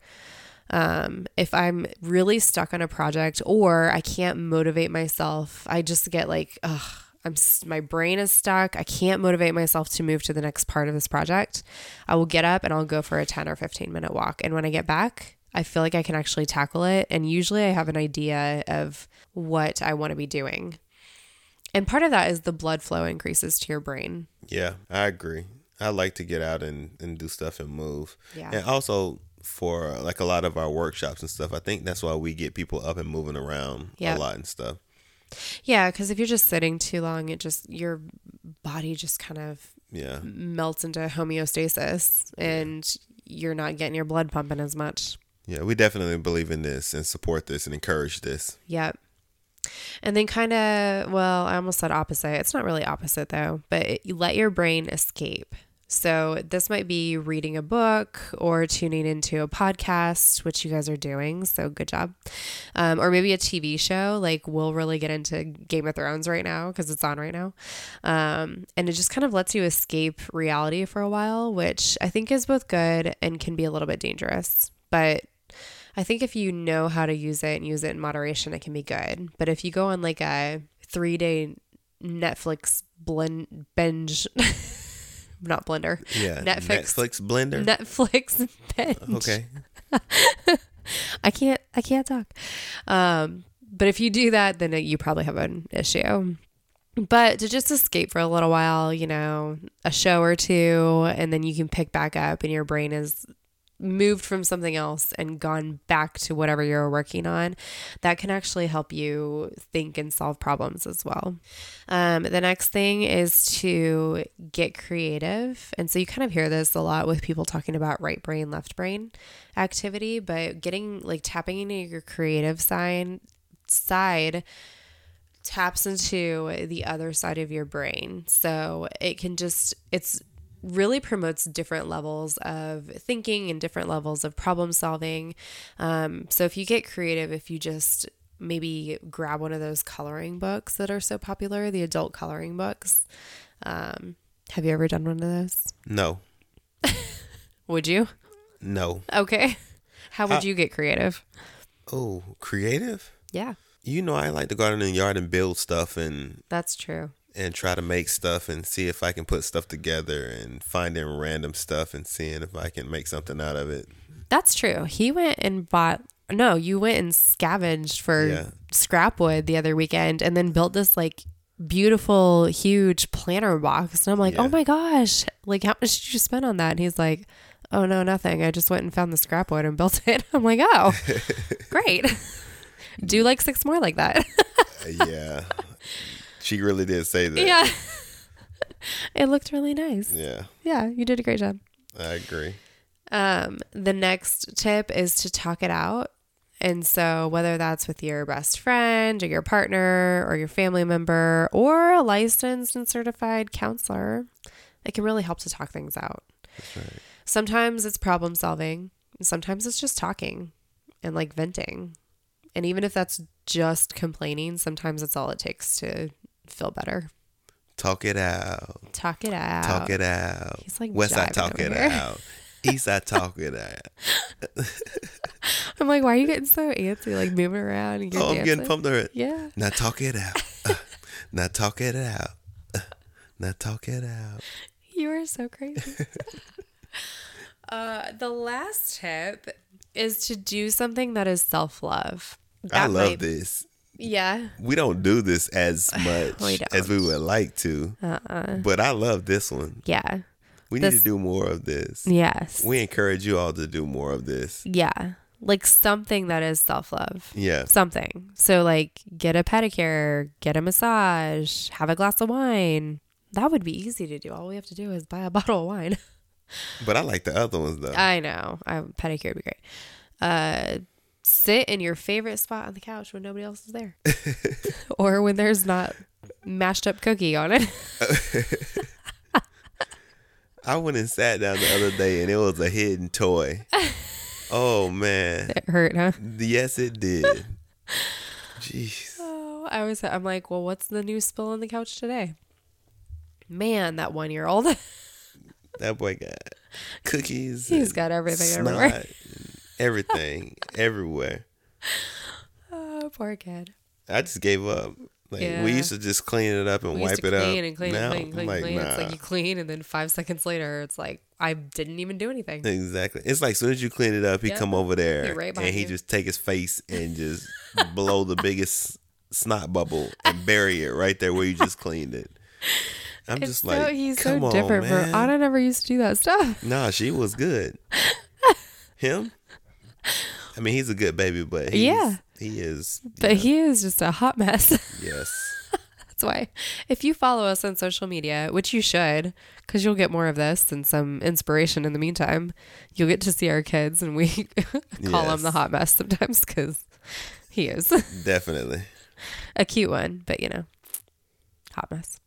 Um, if I'm really stuck on a project or I can't motivate myself, I just get like, ugh. I'm s- my brain is stuck. I can't motivate myself to move to the next part of this project. I will get up and I'll go for a 10 or 15 minute walk. And when I get back, I feel like I can actually tackle it. And usually I have an idea of what I want to be doing. And part of that is the blood flow increases to your brain.
Yeah, I agree. I like to get out and, and do stuff and move.
Yeah.
And also for like a lot of our workshops and stuff, I think that's why we get people up and moving around
Yep.
a lot and stuff.
Yeah, because if you're just sitting too long, it just, your body just kind of
Yeah.
melts into homeostasis and you're not getting your blood pumping as much.
Yeah, we definitely believe in this and support this and encourage this.
Yep. And then kind of, well, I almost said opposite. It's not really opposite though, but it, you let your brain escape. So this might be reading a book or tuning into a podcast, which you guys are doing. So good job. Um, or maybe a TV show. Like we'll really get into Game of Thrones right now because it's on right now. Um, and it just kind of lets you escape reality for a while, which I think is both good and can be a little bit dangerous. But I think if you know how to use it and use it in moderation, it can be good. But if you go on like a three day Netflix blend binge, (laughs) not blender,
Yeah.
Netflix.
Netflix Blender.
Netflix (laughs) binge.
okay.
I can't. I can't talk. Um, but if you do that, then you probably have an issue. But to just escape for a little while, you know, a show or two, and then you can pick back up, and your brain is moved from something else and gone back to whatever you're working on. That can actually help you think and solve problems as well. Um, the next thing is to get creative. And so you kind of hear this a lot with people talking about right brain, left brain activity, but getting like tapping into your creative side side taps into the other side of your brain. So it can just it's really promotes different levels of thinking and different levels of problem solving. Um, so if you get creative, if you just maybe grab one of those coloring books that are so popular, the adult coloring books. Um, have you ever done one of those?
No.
Would you?
No.
Okay. (laughs) How would you get creative?
Oh, creative?
Yeah,
You know I like to go out in the yard and build stuff and
that's true.
and try to make stuff and see if I can put stuff together and finding random stuff and seeing if I can make something out of it.
That's true. He went and bought. No, you went and scavenged for
Yeah.
scrap wood the other weekend, and then built this like beautiful, huge planner box. And I'm like,
Yeah.
oh my gosh, like, how much did you spend on that? And he's like, oh no, nothing. I just went and found the scrap wood and (laughs) built it. I'm like,
(laughs)
oh, great. Do like six more like that. (laughs)
Uh, yeah. She really did say that.
yeah. (laughs) it looked really nice.
Yeah,
Yeah, you did a great job.
I agree.
Um, the next tip is to talk it out. And so, whether that's with your best friend or your partner or your family member or a licensed and certified counselor, it can really help to talk things out. Sometimes it's problem solving, and sometimes it's just talking and like venting. And even if that's just complaining, sometimes that's all it takes to feel better.
Talk it out.
Talk it out.
Talk it out.
He's, like,
West I
jiving
talk
over
it
here.
out. East I talk it
(laughs)
out.
I'm like, why are you getting so antsy? Like moving around and you're
Oh, I'm getting
dancing?
pumped already.
Yeah.
Now talk it out. Uh, now talk it out. Uh, now talk it out.
You are so
(laughs)
crazy. uh, the last tip is to do something that is self love.
I love this.
Yeah.
We don't do this as much
(sighs) We
as we would like to, but I love this one.
Yeah.
We need
This-
to do more of this.
Yes.
We encourage you all to do more of this.
yeah. Like something that is self love.
Yeah.
Something. So, like, get a pedicure, get a massage, have a glass of wine. That would be easy to do. All we have to do is buy a (laughs) bottle of wine.
But I like the other ones though.
I know. I, pedicure would be great. Uh, sit in your favorite spot on the couch when nobody else is
(laughs)
there, (laughs) or when there's not mashed up cookie on it. (laughs)
I went and sat down the other day and it was a
(laughs)
hidden toy. oh man.
it hurt, huh?
Yes it
(laughs)
did. Jeez.
Oh, I was. I'm like, well, what's the new spill on the couch today? Man, that one year old.
That boy got cookies.
He's
and
got everything
snot
everywhere.
and everything everywhere.
(laughs) oh, poor kid.
I just gave up. Like
Yeah.
we used to just clean it up and
We
wipe
used to
it
clean
up.
and clean and
Now,
clean, and
I'm
clean,
like,
clean. It's
nah.
like you clean, and then five seconds later, it's like I didn't even do anything.
Exactly. It's like as soon as you clean it up, he
Yeah.
come over there
He right
and
behind
he
you.
just take his face and
(laughs)
just blow the biggest snot bubble and bury it right there where you just cleaned it. I'm
It's
just
so
like,
he's so
come on,
different.
man.
From, Anna never used to do that stuff.
Nah, she was good. Him? I mean, he's a good baby, but he's,
Yeah.
he is.
But he is just a hot mess. (laughs)
Yes.
That's why if you follow us on social media, which you should, because you'll get more of this and some inspiration in the meantime, you'll get to see our kids and we (laughs) call
Yes.
him the hot mess sometimes because he is
Definitely.
a cute one, but you know, hot mess.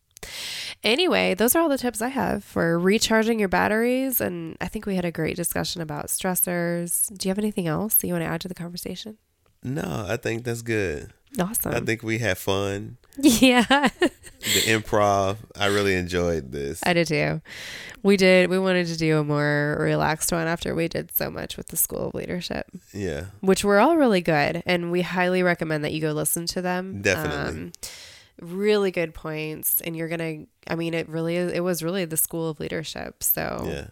Anyway, those are all the tips I have for recharging your batteries. And I think we had a great discussion about stressors. Do you have anything else that you want to add to the conversation?
No, I think that's good. I
Awesome.
think we had fun.
(laughs) yeah.
The improv, I really enjoyed this.
I did too. We did. We wanted to do a more relaxed one after we did so much with the School of Leadership,
yeah.
which were all really good, and we highly recommend that you go listen to them. Um,
Definitely.
really good points, and you're gonna. I mean, it really is. It was really the School of Leadership. So
Yeah.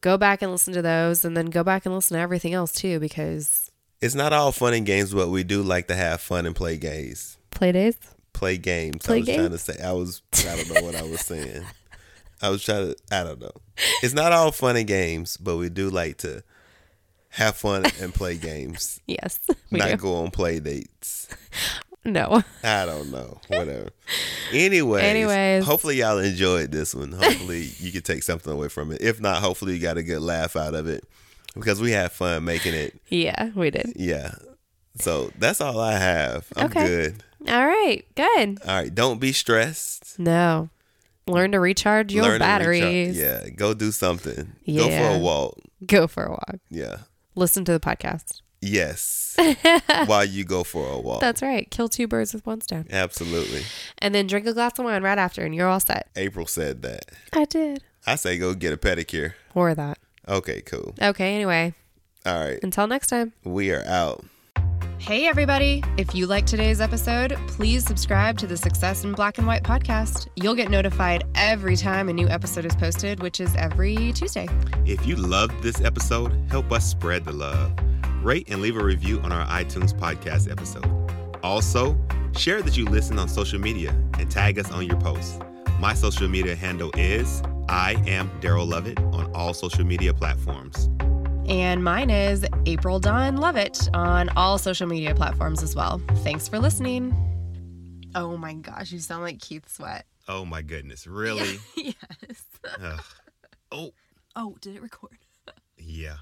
go back and listen to those, and then go back and listen to everything else too, because
It's not all fun and games, but we do like to have fun and play games.
play days.
Play games. I
Play
was trying to say. I was. I don't know what I was saying. I was trying to. I don't know. It's not all fun and games, but we do like to have fun and play games.
Yes, (laughs) we
not
do.
go on play dates.
No, (laughs)
I don't know. Whatever. Anyways,
Anyways.
hopefully y'all enjoyed this
(laughs)
one. Hopefully you could take something away from it. If not, hopefully you got a good laugh out of it because we had fun making it.
yeah, we
(laughs)
did.
Yeah. So that's all I have. I'm
Okay.
good.
All right, good.
All right. Don't be stressed.
No, learn to recharge your
Learn to recharge-
batteries.
Yeah. Go do something. Go for
Yeah.
a walk.
Go for a walk.
Yeah.
listen to the podcast. (laughs)
Yes. While you go for a
Oh.
walk.
That's right. Kill two birds with one stone.
Absolutely.
And then drink a glass of wine right after, and you're all set.
April said that.
I did.
I say go get a pedicure.
Or that.
Okay, cool.
Okay, anyway,
All right.
until next time.
We are out.
Hey, everybody! If you like today's episode, please subscribe to the Success in Black and White podcast. You'll get notified every time a new episode is posted, which is every Tuesday.
If you loved this episode, help us spread the love. Rate and leave a review on our iTunes podcast episode. Also, share that you listen on social media and tag us on your posts. My social media handle is I am Daryl Lovett on all social media platforms.
And mine is April Dawn Lovett on all social media platforms as well. Thanks for listening. Oh my gosh, you sound like
(laughs)
Keith Sweat.
Oh my goodness, really?
yes.
Ugh. Oh,
Oh, did it record?
yeah.